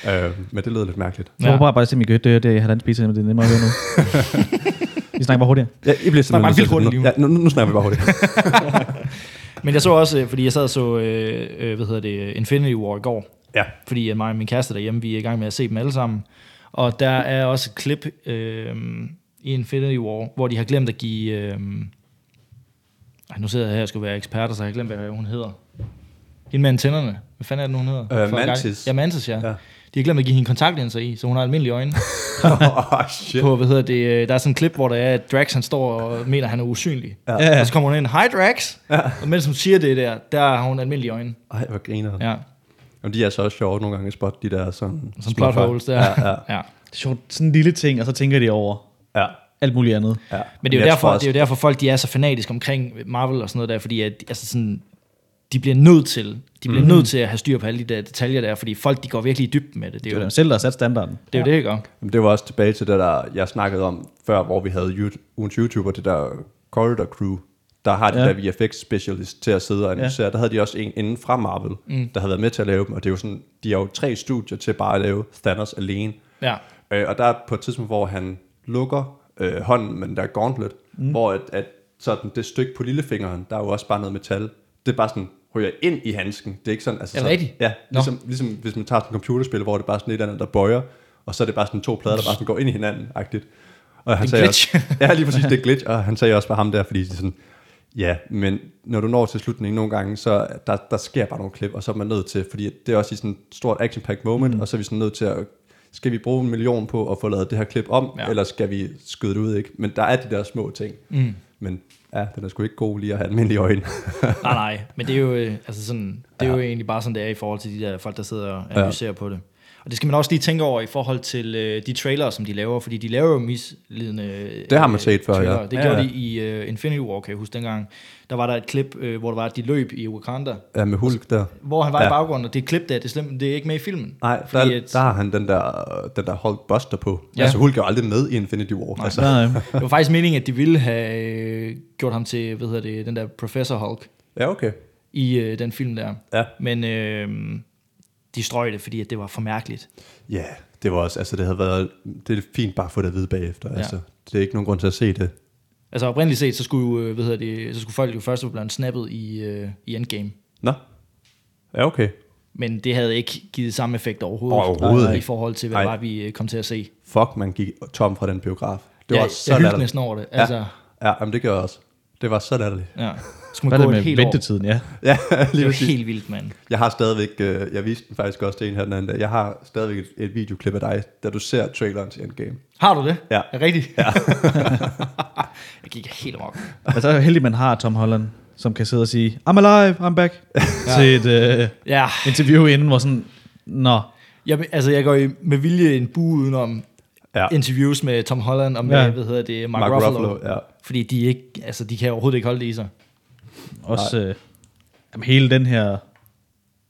B: ja. øh, men det lød lidt mærkeligt.
A: Jeg håber bare, bare at se, om I kan høre det, det er halvanden spiser, men det er nemmere at høre nu. Vi snakker bare hurtigere.
B: Ja, I bliver simpelthen
C: bare
B: nødt til
C: vildt
B: at-
C: hurtigt
B: Ja, nu, nu, nu snakker vi bare hurtigt.
C: Men jeg så også, øh, fordi jeg sad og så, øh, øh, hvad hedder det, Infinity War i går,
B: ja.
C: fordi øh, mig og min kæreste derhjemme, vi er i gang med at se dem alle sammen. Og der er også et klip øh, i Infinity War, hvor de har glemt at give... Øh, ej, nu sidder jeg her og skal være ekspert, og så har jeg glemt, hvad hun hedder. Hende med antennerne. Hvad fanden er det, nu, hun hedder?
B: Øh,
C: For en gang-
B: Mantis.
C: Ja, Mantis, ja. ja.
B: Ja.
C: De har glemt at give hende kontaktlinser i, så hun har almindelige øjne.
B: oh, shit.
C: på, hvad hedder det, øh, der er sådan en klip, hvor der er, at Drax han står og mener, at han er usynlig. Ja.
A: ja.
C: Og så kommer hun ind, hej Drax! Ja. Og mens hun siger det der, der har hun almindelige øjne.
B: Ej, hvor griner ja.
C: Ja,
B: Jamen, de er så også sjove nogle gange at spotte de der sådan...
C: sådan plot holes der.
B: Ja, ja,
C: ja.
A: Det er sjovt, sådan en lille ting, og så tænker de over
B: ja.
A: alt muligt andet.
B: ja.
C: Men det er, jo
B: Jeg
C: derfor,
B: tror
C: det er jo derfor, folk de er så fanatiske omkring Marvel og sådan noget der, fordi at, altså sådan, de bliver nødt til, de
A: Mhm.
C: bliver mm. nødt til at have styr på alle de der detaljer der, fordi folk de går virkelig i dybden med det. Det
A: Det
C: er
A: er jo
C: jo
A: dem selv, der har sat standarden.
C: det, er jo det ikke? også?
B: Jamen, Det var også tilbage til det, der jeg snakkede om før, hvor vi havde you- ugens YouTuber, det der Corridor Crew, der har det
A: Ja.
B: ja. der VFX specialist til at sidde og analysere. Ja. Der havde de også en inden fra Marvel, mm. der havde været med til at lave dem, og det er jo sådan, de har jo tre studier til bare at lave Thanos alene.
C: Ja.
B: Øh, og der er på et tidspunkt, hvor han lukker øh, hånden med den der gauntlet, mm. hvor at, at sådan det stykke på lillefingeren, der er jo også bare noget metal. Det er bare sådan, ryger ind i handsken. Det er ikke sådan, altså
C: Er det
B: sådan,
C: rigtigt?
B: Ja,
C: Nå.
B: ligesom, ligesom hvis man tager sådan et computerspil, hvor det bare er sådan et eller andet, der bøjer, og så er det bare sådan to plader, der bare sådan går ind i hinanden, agtigt. Og han
C: Det er
B: sagde
C: glitch.
B: Også, ja, lige præcis, det er glitch, og han sagde også bare ham der, fordi det er sådan, ja, men når du når til slutningen nogle gange, så der, der sker bare nogle klip, og så er man nødt til, fordi det er også i sådan et stort action-packed moment, mm. og så er vi sådan nødt til at, skal vi bruge en million på at få lavet det her klip om,
C: Ja.
B: ja. eller skal vi skyde det ud, ikke? Men der er de der små ting. Mm. Men ja, den er sgu ikke god lige at have almindelige øjne.
C: Nej, nej, men det er jo, øh, altså sådan, det er jo egentlig bare sådan, det er i forhold til de der folk, der sidder og analyserer ja. på det. Og det skal man også lige tænke over i forhold til øh, de trailere, som de laver, fordi de laver jo mislidende øh,
B: Det har man set før, ja.
C: trailere. Det
B: Ja,
C: gjorde
B: ja.
C: de i øh, Infinity War, kan jeg huske dengang. Der var der et klip, øh, hvor der var, at de løb i Wakanda,
B: ja, med Hulk der.
C: hvor han var ja. i
B: Ja.
C: baggrunden, og det klip der, det er, slemt, det er ikke med i filmen.
B: Nej, der,
C: fordi at-
B: der har han den der, den der Hulkbuster på.
C: Ja.
B: Ja. Altså Hulk er jo aldrig med i Infinity War. Nej. Altså,
A: Nej, nej.
C: Det var faktisk meningen, at de ville have øh, gjort ham til, hvad hedder det, den der Professor Hulk
B: ja, okay.
C: i øh, den film der.
B: Ja.
C: Men øh, de strøg det, fordi at det var for mærkeligt.
B: Ja, det var også, altså det havde været, det er fint bare at få det at vide bagefter, ja. altså. Det er ikke nogen grund til at se det.
C: Altså oprindeligt set, så skulle, jo, øh, hvad hedder det, så skulle folk jo først være blevet snappet i, øh, i Endgame.
B: Nå, ja okay.
C: Men det havde ikke givet samme effekt overhovedet, øh,
B: Overhovedet
C: i
B: ikke.
C: forhold til, hvad
B: Nej.
C: det var, vi øh, kom til at se.
B: Fuck, man gik tom fra den biograf. Det
C: jeg,
B: var
C: jeg
B: så
C: hyggede
B: latterligt.
C: næsten over det.
B: Ja.
C: Altså,
B: Ja, jamen det gør jeg også. Det var så latterligt.
C: ja. Skulle
A: Hvad er
C: man gå
A: det
C: et
A: med
C: helt år?
A: ventetiden, ja?
B: Ja,
C: Det
B: lige
C: er jo
B: præcis.
C: helt vildt, mand.
B: Jeg har stadigvæk, øh, jeg viste den faktisk også til en her den anden dag, jeg har stadigvæk et, et videoklip af dig, da du ser traileren til Endgame.
C: Har du det?
B: Ja.
C: Er rigtigt? Ja. jeg gik helt amok.
A: Altså, jeg er jo heldig, man har Tom Holland som kan sidde og sige, I'm alive, I'm back, til et øh,
C: Ja,
A: interview inden, hvor sådan, nå,
C: jeg, altså jeg går i, med vilje en bue udenom
B: Ja.
C: ja. interviews med Tom Holland og med,
A: Ja.
C: ja. hvad hedder det, Mark,
B: Mark
C: Ruffalo.
B: Ruffalo, ja.
C: Fordi de, ikke, altså, de kan overhovedet ikke holde det i sig.
A: også øh, jamen, hele den her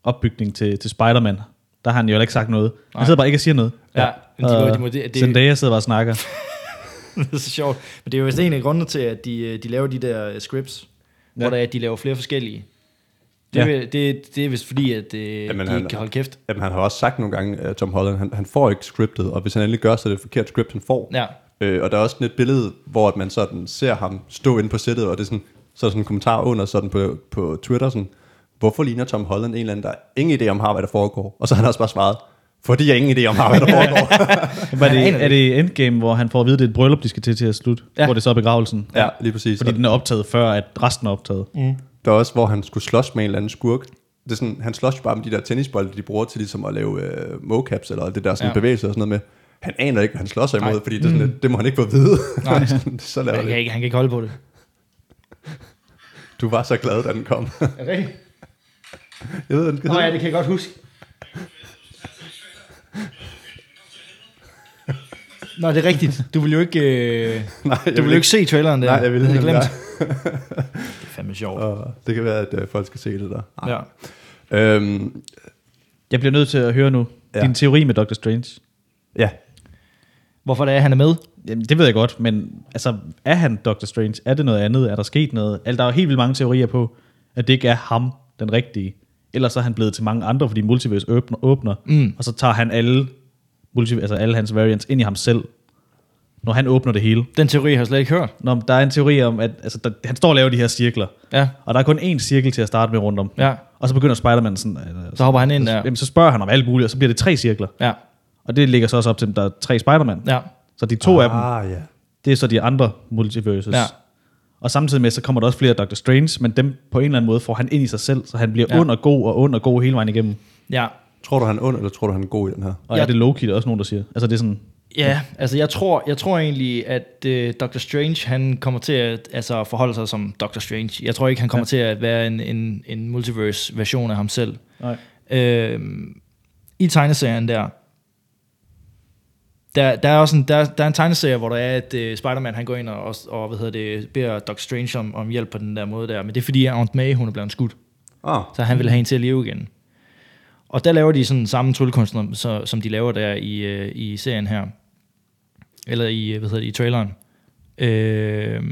A: opbygning til, til Spider-Man, der har han jo heller ikke sagt noget. Han
C: Nej.
A: sidder bare ikke og siger noget.
C: Ja, men de må-
A: Og
C: de må- det- det-
A: Zendaya sidder bare og snakker.
C: det er så sjovt. Men det er jo vist en af grundene til, at de, øh, de laver de der øh, scripts, ja.
A: Ja.
C: hvor der er, at de laver flere forskellige.
A: Ja.
C: Det, ja. det, det er vist fordi, at øh,
B: Jamen,
C: de
B: han-
C: ikke kan holde kæft.
B: Jamen, han har også sagt nogle gange, at Tom Holland, han, han får ikke scriptet, og hvis han endelig gør, så er det et forkert script, han får.
C: Ja.
B: Øh, og der er også sådan et billede, hvor at man sådan ser ham stå inde på sættet, og det er sådan, så er sådan en kommentar under sådan på, på Twitter, sådan, hvorfor ligner Tom Holland en eller anden, der ingen idé om har, hvad der foregår? Og så har han også bare svaret, fordi jeg ingen idé om har, hvad der foregår.
A: Var
C: aner
A: det,
C: det
A: er det Endgame, hvor han får at vide, at det er et bryllup, de skal til til at slutte? Ja.
C: Ja.
A: Hvor det så er begravelsen?
B: ja, lige præcis.
A: Fordi den er optaget før, at resten er optaget. Mm.
B: Der er også, hvor han skulle slås med en eller anden skurk. Det er sådan, han slås jo bare med de der tennisbolde, de bruger til ligesom at lave øh, mocaps, eller det der sådan ja.
C: Ja. Mm.
B: bevægelse og sådan noget med. Han aner ikke, hvad han slår sig imod, fordi det, er sådan, lidt, det må han ikke få at vide.
C: Nej.
B: så
C: Han
B: laver
C: kan,
B: det.
C: ikke, han kan ikke holde på det.
B: Du var så glad, da den kom.
C: Er det rigtigt?
B: jeg ved, den skal
C: Nå
B: hedde.
C: ja, det kan jeg godt huske. Nå, det er rigtigt. Du vil jo ikke, øh,
B: Nej, jeg
C: du vil jo ikke se traileren der.
B: Nej, jeg ville
C: Det havde
B: nemlig
C: glemt. Det er fandme sjovt.
B: Og det kan være, at øh, folk skal se det der. Ej.
C: Ja.
B: Øhm,
A: Jeg bliver nødt til at høre nu
B: Ja.
A: ja. din teori med Doctor Strange.
B: ja.
C: Hvorfor det er, han er med?
A: Jamen, det ved jeg godt, men altså, er han Doctor Strange? Er det noget andet? Er der sket noget? Altså, der er jo helt vildt mange teorier på, at det ikke er ham, den rigtige. Ellers så er han blevet til mange andre, fordi multiverse åbner, åbner mm. og så tager han alle, multiverse, altså alle hans variants ind i ham selv, når han åbner det hele.
C: Den teori har jeg slet ikke hørt.
A: Nå, men der er en teori om, at altså, der, han står og laver de her cirkler,
C: Ja.
A: og der er kun én cirkel til at starte med rundt om.
C: Ja.
A: Og så begynder Spider-Man sådan... Altså,
C: Så hopper han ind der.
A: Jamen, så spørger han om alt muligt, og så bliver det tre cirkler.
C: Ja.
A: Og det ligger så også op til, at der er tre Spider-Man.
C: Ja.
A: Så de to ah. af dem,
B: Ah, ja.
A: det er så de andre multiverses.
C: Ja.
A: Og samtidig med, så kommer der også flere Doctor Strange, men dem på en eller anden måde får han ind i sig selv, så han bliver ja.
C: Ja.
A: ond og god og ond og god hele vejen igennem.
C: Ja.
B: Tror du, han er ond, eller tror du, han er god i den her?
A: Og
C: Ja.
A: er det Loki, der er også nogen, der siger. Altså det er sådan,
C: Ja, altså jeg tror, jeg tror egentlig, at øh, Dr. Strange, han kommer til at altså, forholde sig som Dr. Strange. Jeg tror ikke, han kommer ja. til at være en, en, en multiverse-version af ham selv.
A: nej.
C: Øh, I tegneserien der, der, der er også en, der, der er en tegneserie, hvor der er, at øh, Spider-Man han går ind og, og, og hvad hedder det, beder Dr. Strange om, om hjælp på den der måde der. Men det er fordi, at Aunt May, hun er blevet skudt.
B: Ah,
C: Så han ville have en til at leve igen. Og der laver de sådan samme tryllekunstner, så, som de laver der i, øh, i serien her. Eller i, øh, hvad hedder det, i traileren. Øh,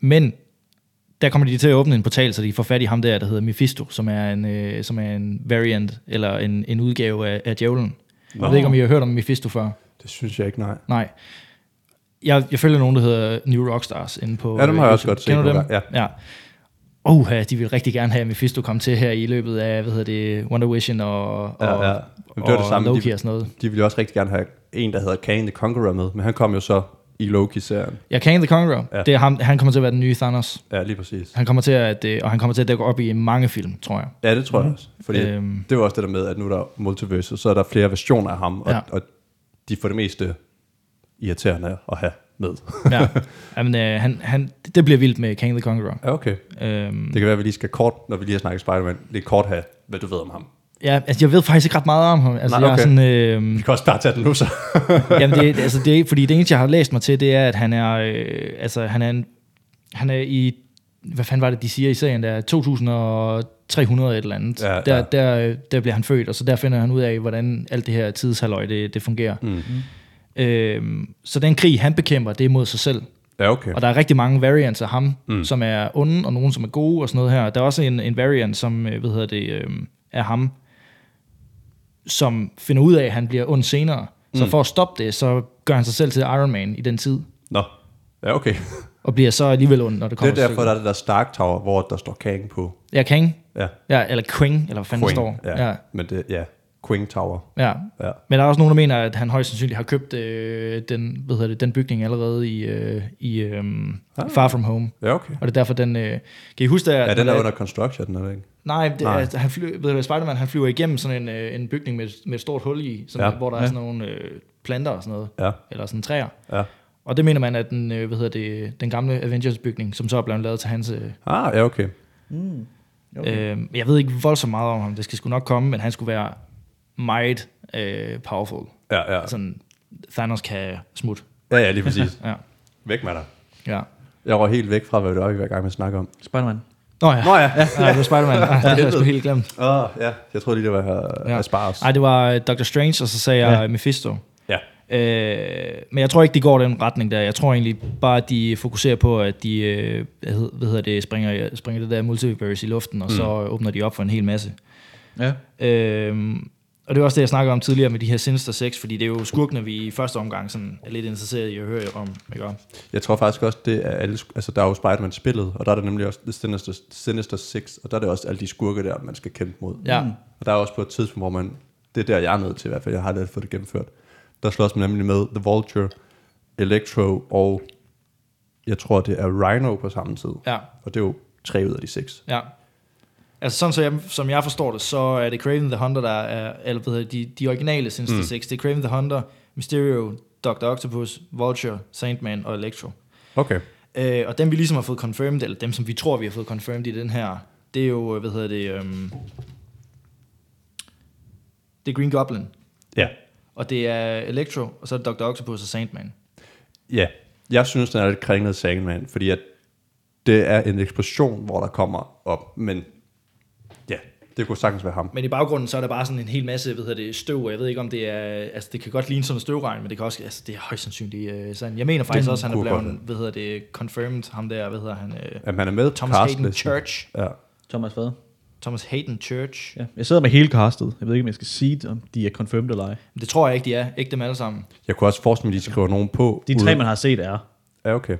C: men der kommer de til at åbne en portal, så de får fat i ham der, der hedder Mephisto, som er en, øh, som er en variant, eller en, en udgave af, af djævlen. Jeg ved ikke, om I har hørt om Mephisto før.
B: det synes jeg ikke, nej.
C: Nej. Jeg, jeg følger nogen, der hedder New Rockstars inde på
B: Ja, dem har jeg
C: øh,
B: også
C: YouTube.
B: godt set
C: Kender du
B: nogle
C: dem? Ja. ja. Oh, de vil rigtig gerne have, at Mephisto kom til her i løbet af, hvad hedder det, Wonder Vision og, og,
B: Ja, ja.
C: ja,
B: Men det var det
C: og
B: samme, de-
C: Loki og sådan noget.
B: De ville jo også rigtig gerne have en, der hedder Kang the Conqueror med, men han kom jo så i Loki-serien.
C: Ja, Kang the Conqueror,
B: Ja.
C: ja. det er ham, han kommer til at være den nye Thanos.
B: Ja, lige præcis.
C: Han kommer til at, øh, og han kommer til at dække op i mange film, tror jeg.
B: Ja, det tror jeg også. Fordi øhm.
C: Øhm.
B: det var også det der med, at nu er der multiverse, så er der flere versioner af ham, og, ja.
C: Ja.
B: og de får det meste irriterende at have med.
C: Ja. Jamen, øh, han, han, det bliver vildt med Kang the Conqueror.
B: ja, okay.
C: Øhm,
B: Det kan være, at vi lige skal kort, når vi lige har snakket Spider-Man, lige kort have, hvad du ved om ham.
C: ja, altså, jeg ved faktisk ikke ret meget om ham. Altså,
B: Nej,
C: Nej, okay.
B: okay.
C: jeg er sådan, øh,
B: Vi kan også bare tage den nu, så.
C: Jamen det, altså det, er- fordi det eneste, jeg har læst mig til, det er, at han er, øh, altså han er, en, han er i, hvad fanden var det, de siger i serien, der er 2300 et eller andet.
B: Ja,
C: der,
B: ja.
C: Der, øh, der bliver han født, og så der finder han ud af, hvordan alt det her tidshalløj, det, det fungerer. Mm. Øhm, så den krig, han bekæmper, det er mod sig selv.
B: ja, okay.
C: Og der er rigtig mange variants af ham, mm. som er onde, og nogen, som er gode, og sådan noget her. Der er også en, en variant, som, øh, hvad hedder det, øh, er ham, som finder ud af, at han bliver ond senere.
B: Mm.
C: Så for at stoppe det, så gør han sig selv til Iron Man i den tid,
B: Nå. Ja, okay.
C: og bliver så alligevel ond, når det
B: Det
C: kommer
B: er derfor,
C: til
B: der er det der Stark Tower, hvor der står Kang på.
C: stykket. Ja, Kang.
B: Ja.
C: Ja, eller Quing, eller hvad fanden der står.
B: Ja.
C: ja.
B: Men det, ja. Queen Tower.
C: ja.
B: Ja.
C: Men der er også nogen, der mener, at han højst sandsynligt har købt øh, den, hvad hedder det, den bygning allerede i, øh, i øh, Far From Home.
B: Ja, okay.
C: Og det er derfor, den... Øh, kan I huske, der,
B: Ah. Ja, den er under construction, er det ikke?
C: Nej, det,
B: Nej.
C: Nej. Altså, han fly, ved du, Spider-Man han flyver igennem sådan en, øh, en bygning med, et- med et stort hul i, sådan,
B: Ja.
C: ja. hvor der er sådan nogle øh, planter og sådan noget,
B: Ja.
C: eller sådan træer.
B: Ja.
C: Og det mener man, at den, øh, hvad hedder det, den gamle Avengers-bygning, som så er blevet lavet til hans... Øh,
B: Ah, ja, okay.
C: Mm. Okay. Øh, jeg ved ikke voldsomt meget om ham, det skal sgu nok komme, men han skulle være meget øh, powerful.
B: Ja, ja.
C: Sådan, Thanos kan smutte.
B: Ja, ja, lige præcis.
C: Ja,
B: væk med dig.
C: ja.
B: Jeg røg helt væk fra, hvad det var, vi var i gang med at snakke om.
A: Spider-Man.
C: Nå ja,
B: Nå ja.
C: ja det var Spider-Man. Ja, det havde jeg sgu helt glemt.
B: Åh, Ah, ja. Jeg troede lige, det var uh,
C: Ja.
B: ja. Aspars.
C: Nej, det var øh, Doctor Strange, og så sagde jeg
A: Ja.
C: Mephisto.
B: Ja.
C: Øh, men jeg tror ikke, de går den retning der. Jeg tror egentlig bare, at de fokuserer på, at de øh, hvad hed- hvad hedder det, springer, springer det der multiverse i luften, og mm. så åbner de op for en hel masse.
A: Ja.
C: Øh, og det var også det, jeg snakkede om tidligere med de her Sinister 6, fordi det er jo skurkene, vi i første omgang sådan er lidt interesseret i at høre om. Ikke? Og-
B: Jeg tror faktisk også, det er alle, sk- altså der er jo Spider-Man-spillet, og der er der nemlig også The Sinister, Sinister Six, og der er det også alle de skurke der, man skal kæmpe mod.
C: Ja.
B: Og der er også på et tidspunkt, hvor man, det er der, jeg er nødt til i hvert fald, jeg har lidt fået det gennemført, der slås man nemlig med The Vulture, Electro og, jeg tror det er Rhino på samme tid.
C: Ja.
B: Og det er jo tre ud af de seks.
C: Ja. Altså sådan, så jeg, som jeg forstår det, så er det Craven the Hunter, der er, eller hvad hedder de, de originale Sinister mm. 6. Det er Craven the Hunter, Mysterio, Dr. Octopus, Vulture, Sandman og Electro.
B: Okay.
C: Øh, og dem vi ligesom har fået confirmed, eller dem som vi tror vi har fået confirmed i den her, det er jo, hvad hedder det, øhm, det er Green Goblin,
B: Ja.
C: og det er Electro, og så er det Dr. Octopus og Sandman.
B: Ja. Jeg synes, den er lidt kringlet Sandman, fordi at det er en eksplosion, hvor der kommer op, men ja, det kunne sagtens være ham.
C: Men i baggrunden, så er der bare sådan en hel masse, hvad hedder det, støv, og jeg ved ikke om det er, altså det kan godt ligne sådan en støvregn, men det kan også, altså det er højst sandsynligt øh, sådan. Jeg mener faktisk også, han er
B: kunne
C: blevet,
B: godt
C: hvad hedder det, confirmed, ham der, hvad hedder han, øh,
B: At man er med i
C: Thomas Hayden
B: castlisten.
C: Church.
B: Ja.
A: Thomas hvad?
C: Thomas Hayden Church.
A: Ja. Jeg sidder med hele castet. Jeg ved ikke, om jeg skal sige, om de er confirmed eller ej.
C: Men Det tror jeg ikke, de er. Ikke dem alle sammen.
B: Jeg kunne også forestille mig, at de skriver nogen på.
A: De tre,
B: uden-
A: man har set, er
B: Ja, okay.
A: i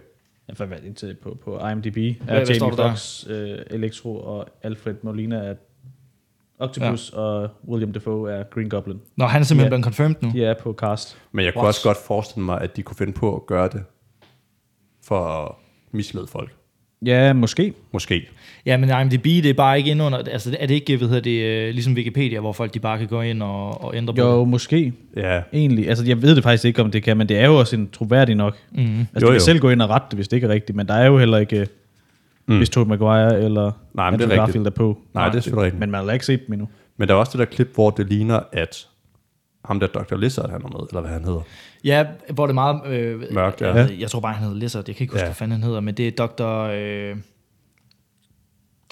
A: hvert fald indtil på, på IMDb, er
C: hvad står
A: Jamie
C: der der?
A: Fox, øh, Electro og Alfred Molina er Octopus, ja. og William Defoe er Green Goblin.
C: Nå, han er simpelthen
A: Ja.
C: blevet confirmed nu.
A: De er på cast.
B: Men jeg kunne
C: What?
B: også godt forestille mig, at de kunne finde på at gøre det for at mislede folk.
A: Ja, måske.
B: Måske.
C: Ja, men IMDb, det er bare ikke inde under... Altså, er det ikke, hvad hedder det, øh, ligesom Wikipedia, hvor folk de bare kan gå ind og, og ændre på
A: Jo, måske.
B: Ja.
A: Egentlig. Altså, jeg ved det faktisk ikke, om det kan, men det er jo også en troværdig nok. Mm. Altså, jo,
B: Jo,
A: de kan
B: jo.
A: selv gå ind og rette det, hvis det ikke er rigtigt, men der er jo heller ikke, mm. hvis Tobey Maguire eller
B: Nej, men det er rigtigt.
A: Garfield er på.
B: Nej, det er selvfølgelig rigtigt.
A: Men man har heller ikke set dem endnu.
B: Men der er også det der klip, hvor det ligner, at ham der Dr. Lizard, han er med, eller hvad han hedder.
C: Ja, hvor det er meget... Øh,
B: Mørkt, ja.
C: Jeg, jeg tror bare, han hedder Lizard. Jeg kan ikke huske, ja.
B: Ja.
C: hvad fanden han hedder, men det er Dr... Øh,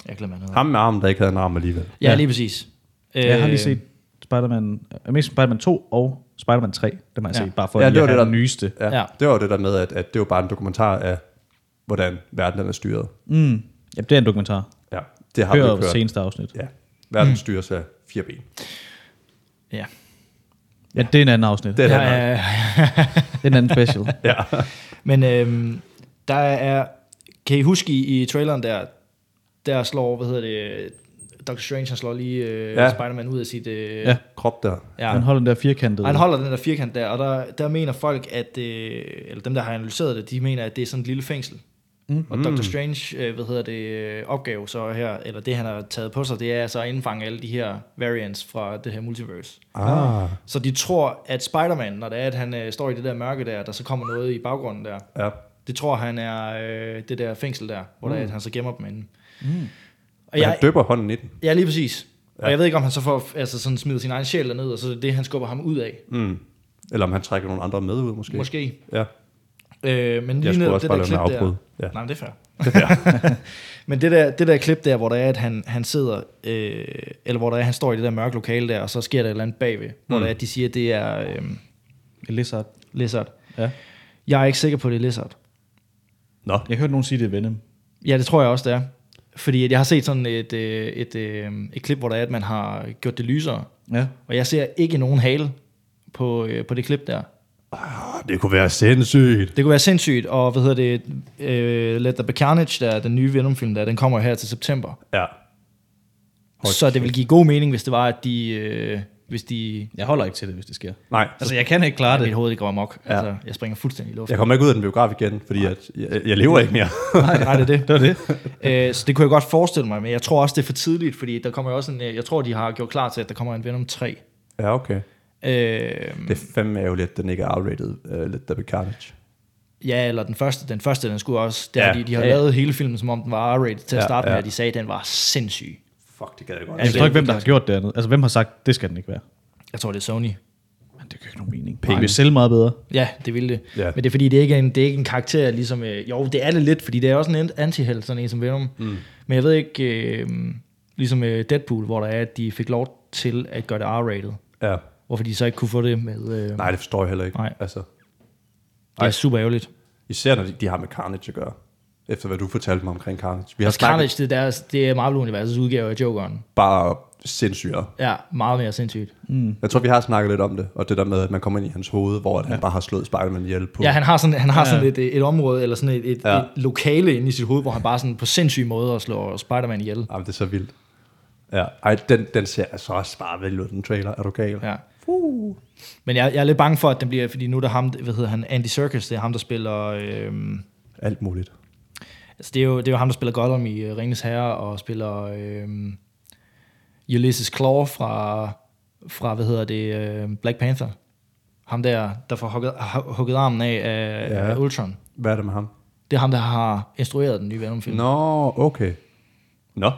C: jeg glemmer, hvad han hedder.
B: Ham med armen, der ikke havde en arm alligevel.
C: Ja,
A: Ja.
C: lige præcis. Øh,
A: Jeg har lige set Spider-Man, Amazing Spider-Man 2 og Spider-Man 3. Det har jeg
C: Ja.
A: ja. set, bare for
B: Ja,
A: at
B: det
A: lige
B: var
A: have
B: det,
A: den
B: der-
A: nyeste.
B: Ja.
C: Ja.
B: ja. Det var det der med, at, at det var bare en dokumentar af, hvordan verden den er styret.
A: Mm. Ja, det er en dokumentar.
B: Ja. Det har vi
A: Hør
B: jo
A: på
B: hørt.
A: seneste afsnit. Ja.
B: Ja. Verden styres af fire ben.
C: Ja.
A: ja, det er en anden afsnit.
B: Det
A: Det
B: er den her.
C: ja, øh,
A: er en anden special.
B: Ja.
C: men øh, der er... Kan I huske i, i traileren der, der slår, hvad hedder det... Dr. Strange, han slår lige øh, ja.
B: Ja.
C: Spider-Man ud af sit... Øh,
A: Ja.
B: Krop der.
A: ja. Han holder den der firkantede.
C: Og han holder den der firkant der, og der, der mener folk, at, øh, eller dem, der har analyseret det, de mener, at det er sådan et lille fængsel. Mm. Og Dr. Strange, øh, hvad hedder det, øh, opgave så her, eller det han har taget på sig, det er altså at indfange alle de her variants fra det her multiverse.
B: Ah.
C: Så de tror, at Spider-Man, når det er, at han øh, står i det der mørke der, der så kommer noget i baggrunden der,
B: Ja.
C: det tror han er øh, det der fængsel der, hvor mm. der, er, at han så gemmer dem inde. Mm. Og
B: Men han døber hånden i den.
C: Ja, lige præcis. Ja. Og jeg ved ikke, om han så får, altså sådan smider sin egen sjæl derned, og så er det det, han skubber ham ud af.
B: Mm. Eller om han trækker nogle andre med ud, måske.
C: Måske.
B: Ja.
C: Øh, men lige
B: skulle
C: netop
B: også
C: det
B: bare
C: der klip
B: lave en
C: der.
B: afbrud. Ja.
C: Nej, men det er fair. men det der, det der klip der, hvor der er, at han, han sidder, øh, eller hvor der er, han står i det der mørke lokale der, og så sker der et eller andet bagved, hvor
B: Mm.
C: der er, at de siger, at det er øh,
A: Lizard.
C: Lizard.
A: Ja.
C: Jeg er ikke sikker på, at det er Lizard.
B: Nå.
A: Jeg hørte nogen sige, det er Venom.
C: Ja, det tror jeg også, det er. Fordi at jeg har set sådan et, øh, et, øh, et klip, hvor der er, at man har gjort det lysere,
A: Ja.
C: og jeg ser ikke nogen hale på, øh, på det klip der.
B: Ah, Det kunne være sindssygt.
C: Det kunne være sindssygt, og hvad hedder det, øh, Let There Be Carnage, der, den nye Venom-film der, den kommer her til september.
B: Ja. Hold
C: så det vil give god mening, hvis det var, at de... Øh, hvis de
A: Jeg holder ikke til det, hvis det sker.
B: Nej,
A: Altså, jeg kan ikke klare
C: at
A: det.
C: mit hoved ikke går amok. Ja.
B: Ja.
C: Altså, jeg springer fuldstændig i luften.
B: jeg kommer ikke ud af den biograf igen, fordi at jeg, jeg lever ikke mere.
C: Nej, nej, det er det.
A: Det var det.
C: Øh, så det kunne jeg godt forestille mig, men jeg tror også, det er for tidligt, fordi der kommer jo også en... øh, Jeg tror, de har gjort klar til, at der kommer en Venom Øh, 3.
B: ja, okay.
C: Øh,
B: Det er fandme ærgerligt, at den ikke er outrated, uh, lidt Debbie øh, Carnage.
C: Ja, eller den første, den første, den skulle også, der
B: Ja,
C: ja, de, de har
B: ja,
C: ja,
B: ja.
C: lavet hele filmen, som om den var R-rated til
B: Ja,
C: at starte
B: ja.
C: med, og de sagde, at den var sindssyg.
B: Fuck, det gad jeg godt.
A: Jeg
B: Altså,
A: forstår ikke, hvem der har gjort det andet. Altså, hvem har sagt, det skal den ikke være?
C: Jeg tror, det er Sony.
A: Men det gør ikke nogen mening. Penge. Vi sælge meget bedre.
C: Ja, det ville det.
B: Ja.
C: Ja. Men det er fordi, det er ikke en, det er ikke en karakter, ligesom... Øh, jo, det er det lidt, fordi det er også en antihelt, sådan en som Venom. Mm. Men jeg ved ikke, øh, ligesom øh, Deadpool, hvor der er, at de fik lov til at gøre det R-rated.
B: ja.
C: Hvorfor de så ikke kunne få det med... Øh,
B: Nej, det forstår jeg heller ikke.
C: Nej.
B: Altså,
C: det er super ærgerligt.
B: især når de, de har med Carnage at gøre. Efter hvad du fortalte mig omkring Carnage. Vi har
C: Altså,
B: snakket
C: Carnage, det er, deres, det er Marvel-universets udgave af Jokeren.
B: bare sindssygere.
C: Ja, meget mere sindssygt.
B: Jeg tror, vi har snakket lidt om det, og det der med, at man kommer ind i hans hoved, hvor at han bare har slået Spider-Man ihjel på.
C: Ja, han har sådan, han har sådan
A: Ja.
C: et, et område, eller sådan et, et,
B: Ja.
C: ja. et lokale inde i sit hoved, hvor han bare sådan på sindssyg måde slår Spider-Man ihjel.
B: Jamen, det er så vildt. Ja, ej, den, den ser altså også bare vel ud, den trailer. Er du gal?
C: Ja. Men jeg, jeg er lidt bange for, at den bliver, fordi nu er der ham, hvad hedder han, Andy Serkis, det er ham, der spiller, øhm,
B: Alt muligt.
C: altså det er, jo, det er jo ham, der spiller Gollum i øh, Ringens Herre, og spiller øhm, Ulysses Claw fra, fra, hvad hedder det, øh, Black Panther. Ham der, der får hugget, hu- hugget armen af af,
B: Ja.
C: ja. af Ultron.
B: Hvad er det med ham?
C: Det er ham, der har instrueret den nye Venom-film.
B: Nå, okay. Nå.
C: Øh,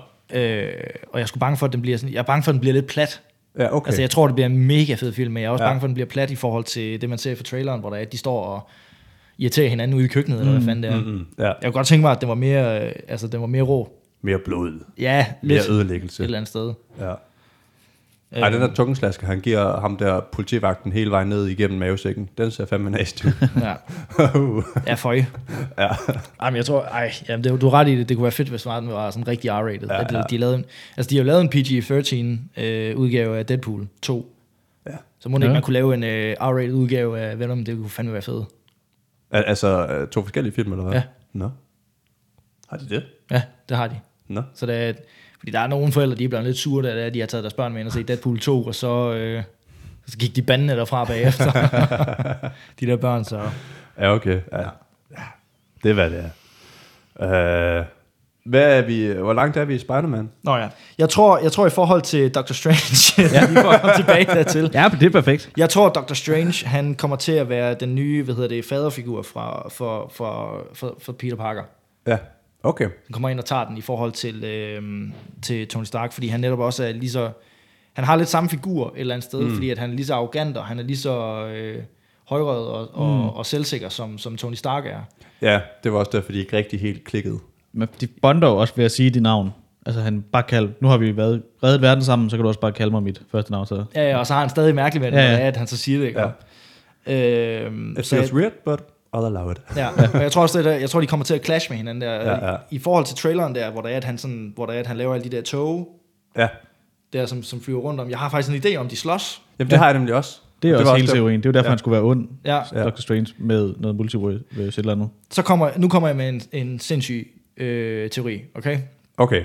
C: og jeg er sgu bange for, at den bliver sådan, jeg er bange for, at den bliver lidt plat.
B: Ja, okay.
C: Altså, jeg tror, det bliver en mega fed film, men jeg er også
B: Ja.
C: ja. bange for, at den bliver plat i forhold til det, man ser fra traileren, hvor der er, at de står og irriterer hinanden ude i køkkenet, eller hvad fanden det er. Mm,
B: Mm, ja.
C: Jeg kunne godt tænke mig, at den var mere, øh, altså, den var mere rå.
B: Mere blod.
C: Ja,
B: Mere
C: lidt.
B: ødelæggelse.
C: Et eller andet sted. Øh,
B: Ja. Ej, den der tungeslasker, han giver ham der politivagten hele vejen ned igennem mavesækken. Den ser fandme næst.
C: Ja, ja føj.
B: ja.
C: Ej, men jeg tror, ej, jamen, det, du har ret i det. Det kunne være fedt, hvis den var sådan rigtig R-rated. Ja, ja. De, lavede en, altså, de har jo lavet en PG-13-udgave øh, af Deadpool 2.
B: Ja.
C: Så må det ja.
A: Ja.
C: ikke, man kunne lave en øh, R-rated udgave af Venom. Det kunne fandme være fedt.
B: Al- altså, øh, to forskellige film, eller hvad?
C: Ja.
B: Nå. Har de det?
C: Ja, det har de.
B: Nå.
C: Så det er, fordi der er nogle forældre, de er blevet lidt sure, da det er, de har taget deres børn med ind og set Deadpool 2, og så, øh, så gik de bandene derfra bagefter. de der børn, så...
B: Ja, okay. Ja. ja. Det er, hvad det er. Øh, hvad er vi, hvor langt er vi i Spider-Man?
C: Nå ja. Jeg tror, jeg tror i forhold til Dr. Strange, ja. vi får komme tilbage dertil.
A: Ja, men det er perfekt.
C: Jeg tror, Dr. Strange, han kommer til at være den nye, hvad hedder det, faderfigur fra, for, for, for, for Peter Parker.
B: Ja, okay.
C: Han kommer ind og tager den i forhold til, øh, til Tony Stark, fordi han netop også er lige så... Han har lidt samme figur et eller andet sted, mm. fordi at han er lige så arrogant, og han er lige så øh, højrøget og, mm. og, og selvsikker, som, som Tony Stark er.
B: Ja, det var også derfor, de ikke rigtig helt klikkede.
A: Men de bonder jo også ved at sige dit navn. Altså han bare kalder, nu har vi været, reddet verden sammen, så kan du også bare kalde mig mit første navn. Så.
C: Ja, ja, og så har han stadig mærkelig med det,
A: Ja,
C: ja,
A: ja.
C: ja. at han så siger det, ikke?
B: Ja.
C: Øh,
B: It
C: så jeg,
B: feels weird, but I'll allow it.
C: ja, og jeg tror også, det er der, jeg tror, de kommer til at clash med hinanden der. Altså,
B: Ja, ja.
C: I, I forhold til traileren der, hvor der er, at han, sådan, hvor der er, at han laver alle de der tog,
B: Ja,
C: der, som, som flyver rundt om. Jeg har faktisk en idé om, de slås.
B: Jamen, det har jeg nemlig også.
A: Det er
B: Og
A: også hele
B: der-
A: teorien. Det er jo derfor, ja. han skulle være ond,
C: Ja.
A: ja. Dr. Strange, med noget multiverse eller andet.
C: Så kommer, nu kommer jeg med en, en sindssyg øh, teori, okay?
B: Okay,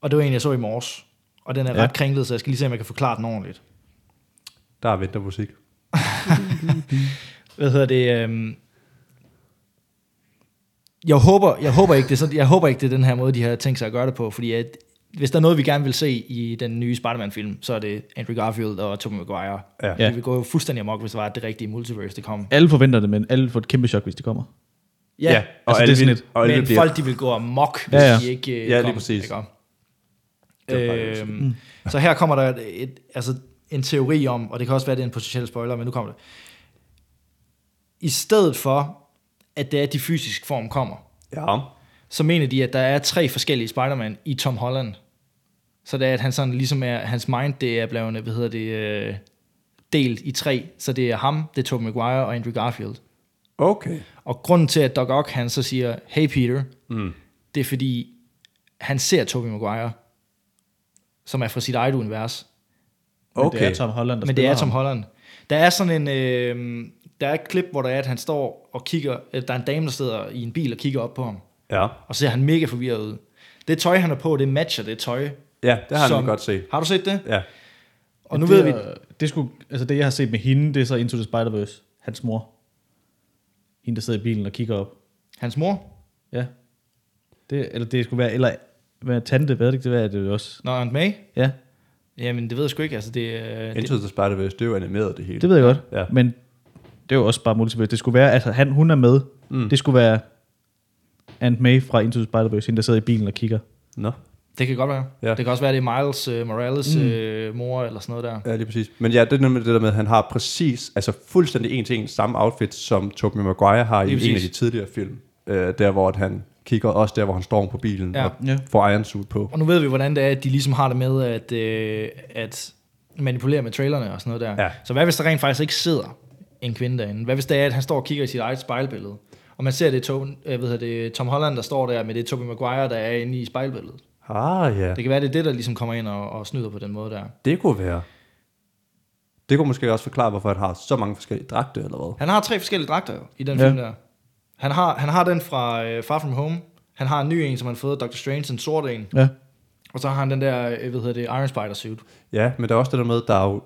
C: Og det var en, jeg så i morges. Og den er
A: Ja.
C: ja. ret kringlet, så jeg skal lige se, om jeg kan forklare den ordentligt.
B: der er vintermusik.
C: Hvad hedder det? Øhm, jeg, håber, jeg, håber ikke, det er sådan, jeg håber ikke, det er den her måde, de har tænkt sig at gøre det på, fordi at, hvis der er noget, vi gerne vil se i den nye Spider-Man-film, så er det Andrew Garfield og Tobey Maguire.
B: Ja.
A: Ja.
C: Det vil gå jo fuldstændig amok, hvis det var det rigtige multiverse, det kom.
A: Alle forventer det, men alle får et kæmpe chok, hvis det kommer.
C: Ja, ja
B: og
A: altså,
B: alle
A: det er sådan
B: vil-
A: et-
B: og alle
C: men
B: bliver-
C: folk, de vil gå amok, hvis
A: Ja, ja.
C: de ikke øh,
B: Ja, lige
C: kom,
B: præcis.
C: Ikke?
B: Det var faktisk-
C: Øhm, Så her kommer der et, et, altså en teori om, og det kan også være, det er en potentiel spoiler, men nu kommer det. I stedet for, at det er, at de fysiske form kommer,
B: Ja.
C: så mener de, at der er tre forskellige Spider-Man i Tom Holland. Så det er, at han sådan ligesom er, hans mind, det er blevet, hvad hedder det, øh, delt i tre. Så det er ham, det er Tobey Maguire og Andrew Garfield.
B: Okay.
C: Og grunden til, at Doc Ock, han så siger, hey Peter, mm. det er fordi, han ser Tobey Maguire, som er fra sit eget univers.
A: Men
B: Okay.
A: det er Tom Holland, der
C: Men det er Tom
A: Holland.
C: Holland. Der er sådan en, øh, der er et klip, hvor der er, at han står og kigger, øh, der er en dame, der sidder i en bil og kigger op på ham,
B: Ja.
C: og ser han mega forvirret ud. Det tøj, han er på, det matcher det tøj.
B: Ja, det har
C: som-
B: han godt set.
C: Har du set det?
B: Ja.
C: Og nu ved vi,
A: Det, skulle, altså det, jeg har set med hende, det er så Into the Spider-Verse. Hans mor. Hende, der sidder i bilen og kigger op.
C: hans mor?
A: Ja. Det, eller det skulle være, eller hvad, tante, hvad er det ikke, det var, det er jo også.
C: Nå, Aunt May?
A: Ja,
C: Jamen, det ved jeg sgu ikke. Altså, det, øh, det,
B: Into the Spider-Verse, det er jo animeret det hele.
A: det ved jeg godt.
B: Ja.
A: Men det er jo også bare multiverse. Det skulle være, altså han, hun er med. Mm. Det skulle være Aunt May fra Into the Spider-Verse, hende der sidder i bilen og kigger.
B: Nå,
C: Det kan godt være.
B: Ja.
C: Ja. Det kan også være, det er Miles uh, Morales mm. uh, mor eller sådan noget der.
B: ja, lige præcis. Men ja, det er nemlig det der med, at han har præcis, altså fuldstændig en til en samme outfit, som Tobey Maguire har i
C: Lige
B: en af
C: præcis.
B: de tidligere film. Øh, der, hvor at han kigger, også der, hvor han står på bilen
C: Ja.
B: og
A: Ja.
B: får Iron Suit på.
C: Og nu ved vi, hvordan det er, at de ligesom har det med at, øh, at manipulere med trailerne og sådan noget der.
B: Ja.
C: Så hvad hvis der rent faktisk ikke sidder en kvinde derinde? Hvad hvis det er, at han står og kigger i sit eget spejlbillede? Og man ser, det er, Tom, øh, ved jeg, det er Tom Holland, der står der, men det er Tobey Maguire, der er inde i spejlbilledet.
B: Ah ja,
C: Det kan være, det er det, der ligesom kommer ind og, og snyder på den måde der.
B: det kunne være. Det kunne måske også forklare, hvorfor han har så mange forskellige dragter, eller hvad?
C: Han har tre forskellige dragter jo, i den
A: Ja.
C: ja. film der. Han har, han har den fra øh, Far From Home. Han har en ny en, som han har fået af Dr. Strange, en sort en.
A: Ja.
C: Og så har han den der, øh, hvad hedder det, Iron Spider suit.
B: Ja, men der er også det der med, der er jo...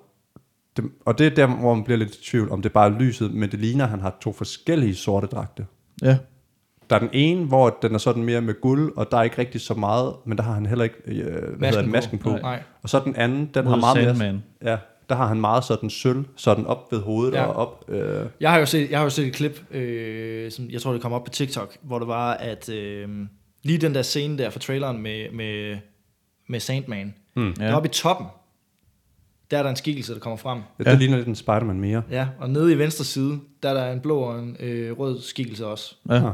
B: Det, og det er der, hvor man bliver lidt i tvivl, om det bare er lyset, men det ligner, at han har to forskellige sorte dragte.
A: Ja.
B: Der er den ene, hvor den er sådan mere med guld, og der er ikke rigtig så meget, men der har han heller ikke øh, hvad masken, hedder det,
C: på.
B: masken på.
C: Nej.
B: Og så den anden, den har
A: Mod
B: meget mere...
A: Sandman.
B: Ja, der har han meget sådan sølv, sådan op ved hovedet ja.
C: Ja.
B: og op... Øh,
C: Jeg har jo set, jeg har jo set et klip, øh, som jeg tror, det kom op på TikTok, hvor det var, at øh, lige den der scene der fra traileren med, med, med Sandman, mm, ja.
A: Ja.
C: oppe i toppen, der er der en skikkelse, der kommer frem.
B: ja.
A: Ja.
B: Det ligner lidt en Spider-Man mere.
C: Ja, og nede i venstre side, der er der en blå og en øh, rød skikkelse også.
A: Ja.
B: Ah,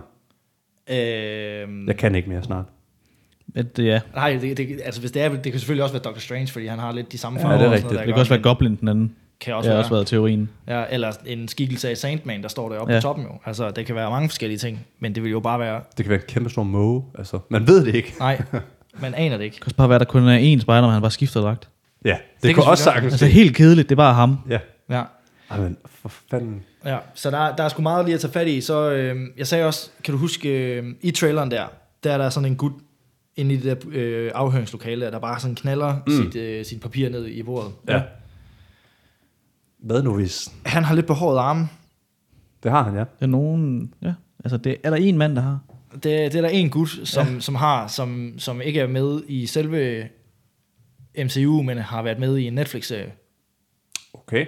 C: Øh,
B: jeg kan ikke mere snart.
A: Men det, ja.
C: Nej, det, det, altså hvis det er, det kan selvfølgelig også være Doctor Strange, fordi han har lidt de samme
B: Ja,
C: farver.
B: det er
C: og sådan
B: rigtigt.
C: noget, der,
A: Det kan også være
C: ikke?
A: Goblin den anden.
C: Men Kan også
A: Det har
C: være.
A: også været teorien.
C: Ja, eller en skikkelse af Sandman, der står deroppe
A: Ja.
C: ja. på toppen jo. Altså, det kan være mange forskellige ting, men det vil jo bare være...
B: Det kan være en kæmpe stor måge, altså. Man ved det ikke.
C: Nej, man aner det ikke.
A: Det kan også bare være, der kun er én Spider-Man, han bare skifter dragt.
B: Ja, det, det
C: kan
B: kunne også
C: selvfølgelig
B: sagtens...
A: Altså helt kedeligt, det er bare ham.
B: Ja.
C: Ja.
B: Ej, men for fanden...
C: Ja, så der, der er sgu meget lige at tage fat i. Så øh, jeg sagde også, kan du huske, øh, i traileren der, der er der sådan en gut inde i det der øh, afhøringslokale, der, der bare sådan knaller mm. sit, øh, sit papir ned i bordet.
B: Ja. Hvad nu hvis?
C: Han har lidt behåret arme.
B: Det har han, ja.
A: Det er nogen... Ja. Altså, det er der en mand, der har.
C: Det, det er der en gut, som, ja. som har, som, som ikke er med i selve MCU, men har været med i en Netflix-serie.
B: Okay.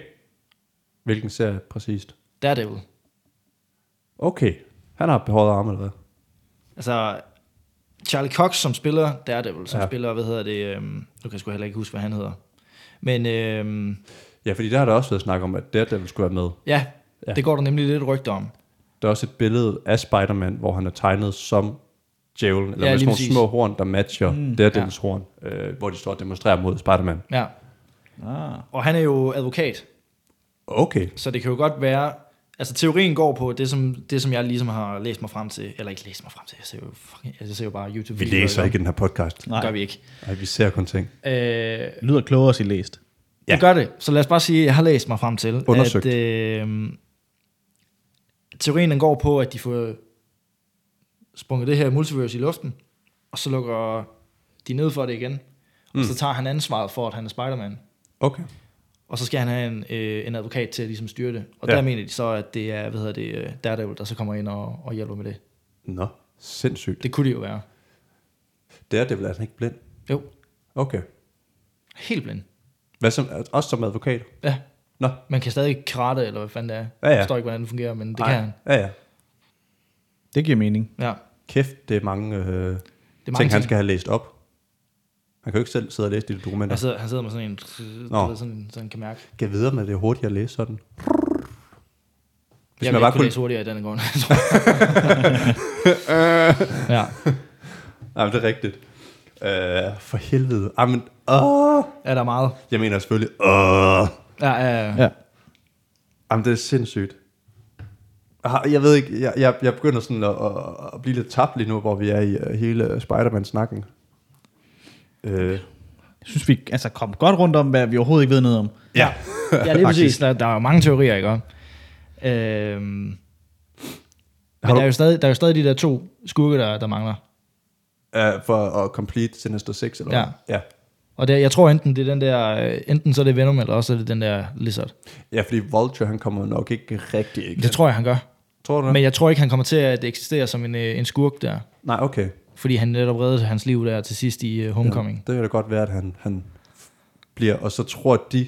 B: Hvilken serie præcist?
C: Daredevil.
B: Okay. Han har behåret arme, eller hvad?
C: Altså, Charlie Cox, som spiller Daredevil, som
B: Ja.
C: ja. spiller, hvad hedder det, øhm, nu kan jeg sgu heller ikke huske, hvad han hedder. Men øhm,
B: Ja, fordi der har der også været snak om, at Daredevil skulle være med.
C: ja,
B: Ja.
C: ja, det går der nemlig lidt rygter om.
B: Der er også et billede af Spider-Man, hvor han er tegnet som djævlen, eller
C: Ja,
B: ja, med
C: lige
B: sådan nogle
C: præcis.
B: små horn, der matcher mm, Daredevils ja. horn, øh, hvor de står og demonstrerer mod Spider-Man.
C: Ja.
A: Ah.
C: Og han er jo advokat,
B: Okay.
C: så det kan jo godt være... Altså, teorien går på det, som, det, som jeg ligesom har læst mig frem til. Eller ikke læst mig frem til, jeg ser jo, fucking, jeg ser jo bare youtube
B: Vi læser ikke den her podcast.
A: Nej.
C: Nej. gør vi ikke.
B: Nej, vi ser kun ting.
C: Øh,
A: Det lyder klogere at sige læst.
B: Ja.
C: Ja. Det gør det. Så lad os bare sige, at jeg har læst mig frem til,
B: Undersøgt.
C: at øh, teorien den går på, at de får sprunget det her multiverse i luften, og så lukker de ned for det igen. Mm. Og så tager han ansvaret for, at han er Spider-Man.
B: Okay.
C: Og så skal han have en, øh, en advokat til at ligesom styre det. Og
B: Ja.
C: ja. der mener de så, at det er, hvad hedder det, øh, Daredevil, der så kommer ind og, og hjælper med det.
B: Nå, sindssygt.
C: Det kunne det jo være.
B: Daredevil er han ikke blind.
C: Jo,
B: Okay.
C: helt blind.
B: Hvad som, også som advokat?
C: Ja,
B: Nå,
C: man kan stadig karate, eller hvad fanden det er.
B: Ja, ja.
C: Jeg forstår ikke, hvordan det fungerer, men det
B: ej.
C: Ej. kan han.
B: Ja, ja.
A: Det giver mening.
C: Ja.
B: Kæft, det er mange, øh, det er mange ting,
C: mange
B: han
C: ting.
B: skal have læst op. Han kan jo ikke selv sidde og læse de der dokumenter.
C: Han
B: Altså,
C: sidder, han sidder med sådan en,
B: Nå.
C: du ved, sådan, sådan kan mærke.
B: kan jeg videre med det er hurtigt at læse sådan? Hvis man bare
C: jeg vil ikke kunne
B: kunne...
C: læse hurtigere i denne grund.
B: Øh.
C: ja.
B: Nej, men det er rigtigt. Øh, for helvede. Ej, men, åh!
C: ja, der er meget.
B: Jeg mener selvfølgelig, åh!
C: Ja, øh. ja, ja.
A: Ja.
B: Jamen, det er sindssygt. Ah, Jeg ved ikke, jeg, jeg, jeg begynder sådan at, at, at blive lidt tabt lige nu, hvor vi er i øh, hele Spider-Man-snakken. Øh,
A: Jeg synes, vi altså, kom godt rundt om, hvad vi overhovedet ikke ved noget om.
B: ja.
C: ja lige præcis.
B: Faktisk.
C: Der, der er jo mange teorier, ikke? Øhm, men
B: du-
C: der er, jo stadig, der er jo stadig de der to skurke, der, der mangler.
B: Uh, for at complete Sinister 6, eller
C: Ja.
B: hvad? Ja.
C: Og det, jeg tror enten, det er den der, øh, enten så er det Venom, eller også er det den der Lizard.
B: Ja, fordi Vulture, han kommer nok ikke rigtig igen.
C: Det tror jeg, han gør.
B: tror du det?
C: Men jeg tror ikke, han kommer til at eksistere som en, øh, en skurk der.
B: Nej, okay.
C: Fordi han netop reddede hans liv der til sidst i øh, Homecoming.
B: Det kan da godt være, at han, han bliver, og så tror de,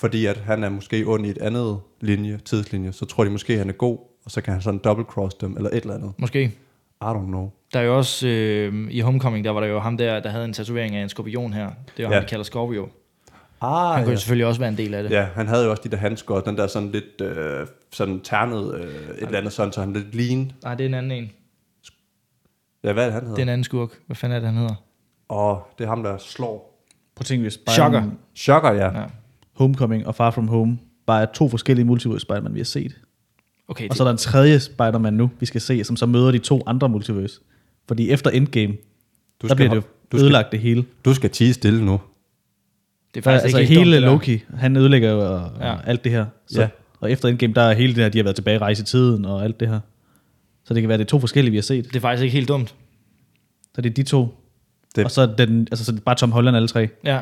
B: fordi at han er måske ond i et andet linje, tidslinje, så tror de måske, at han er god, og så kan han sådan double-cross dem, eller et eller andet.
C: Måske.
B: I don't know.
C: Der er jo også, øh, i Homecoming, der var der jo ham der, der havde en tatovering af en skorpion her. Det er jo ja.
B: Ja.
C: ham, de kalder Scorpio.
B: Ah,
C: Han
B: ja.
C: kunne jo selvfølgelig også være en del af det.
B: ja. han havde jo også de der handsker, og den der sådan lidt øh, sådan ternet øh, et eller andet sådan, så han lidt lean.
C: Nej, det er en anden en.
B: Ja, hvad er det, han hedder?
C: Det er en anden skurk. Hvad fanden er det, han hedder?
B: Og det er ham, der slår.
A: Prøv at tænke, hvis Spider-Man
C: Shocker.
B: Chokker, ja.
C: Ja.
B: ja.
A: Homecoming og Far From Home bare er to forskellige multiverse Spider-Man, vi har set.
C: Okay,
A: Og så er
C: det,
A: der en tredje Spider-Man nu, vi skal se, som så møder de to andre multiverse. Fordi efter Endgame,
B: Du
A: der
B: skal
A: bliver det
B: hop-
A: jo
B: du skal-
A: ødelagt det hele.
B: Du skal tige stille nu.
C: det er
A: Der,
C: faktisk
A: altså
C: ikke helt
A: hele
C: dumt, det der.
A: Loki, han ødelægger jo og,
C: Ja.
A: ja. alt det her. Så,
B: Ja.
A: Og efter Endgame, der er hele det her, de har været tilbage i rejse i tiden og alt det her. Så det kan være, det er to forskellige, vi har set.
C: Det er faktisk ikke helt dumt.
A: Så det er de to.
B: Det-
A: Det. Og så er den, altså, så er det bare Tom Holland alle tre.
C: Ja.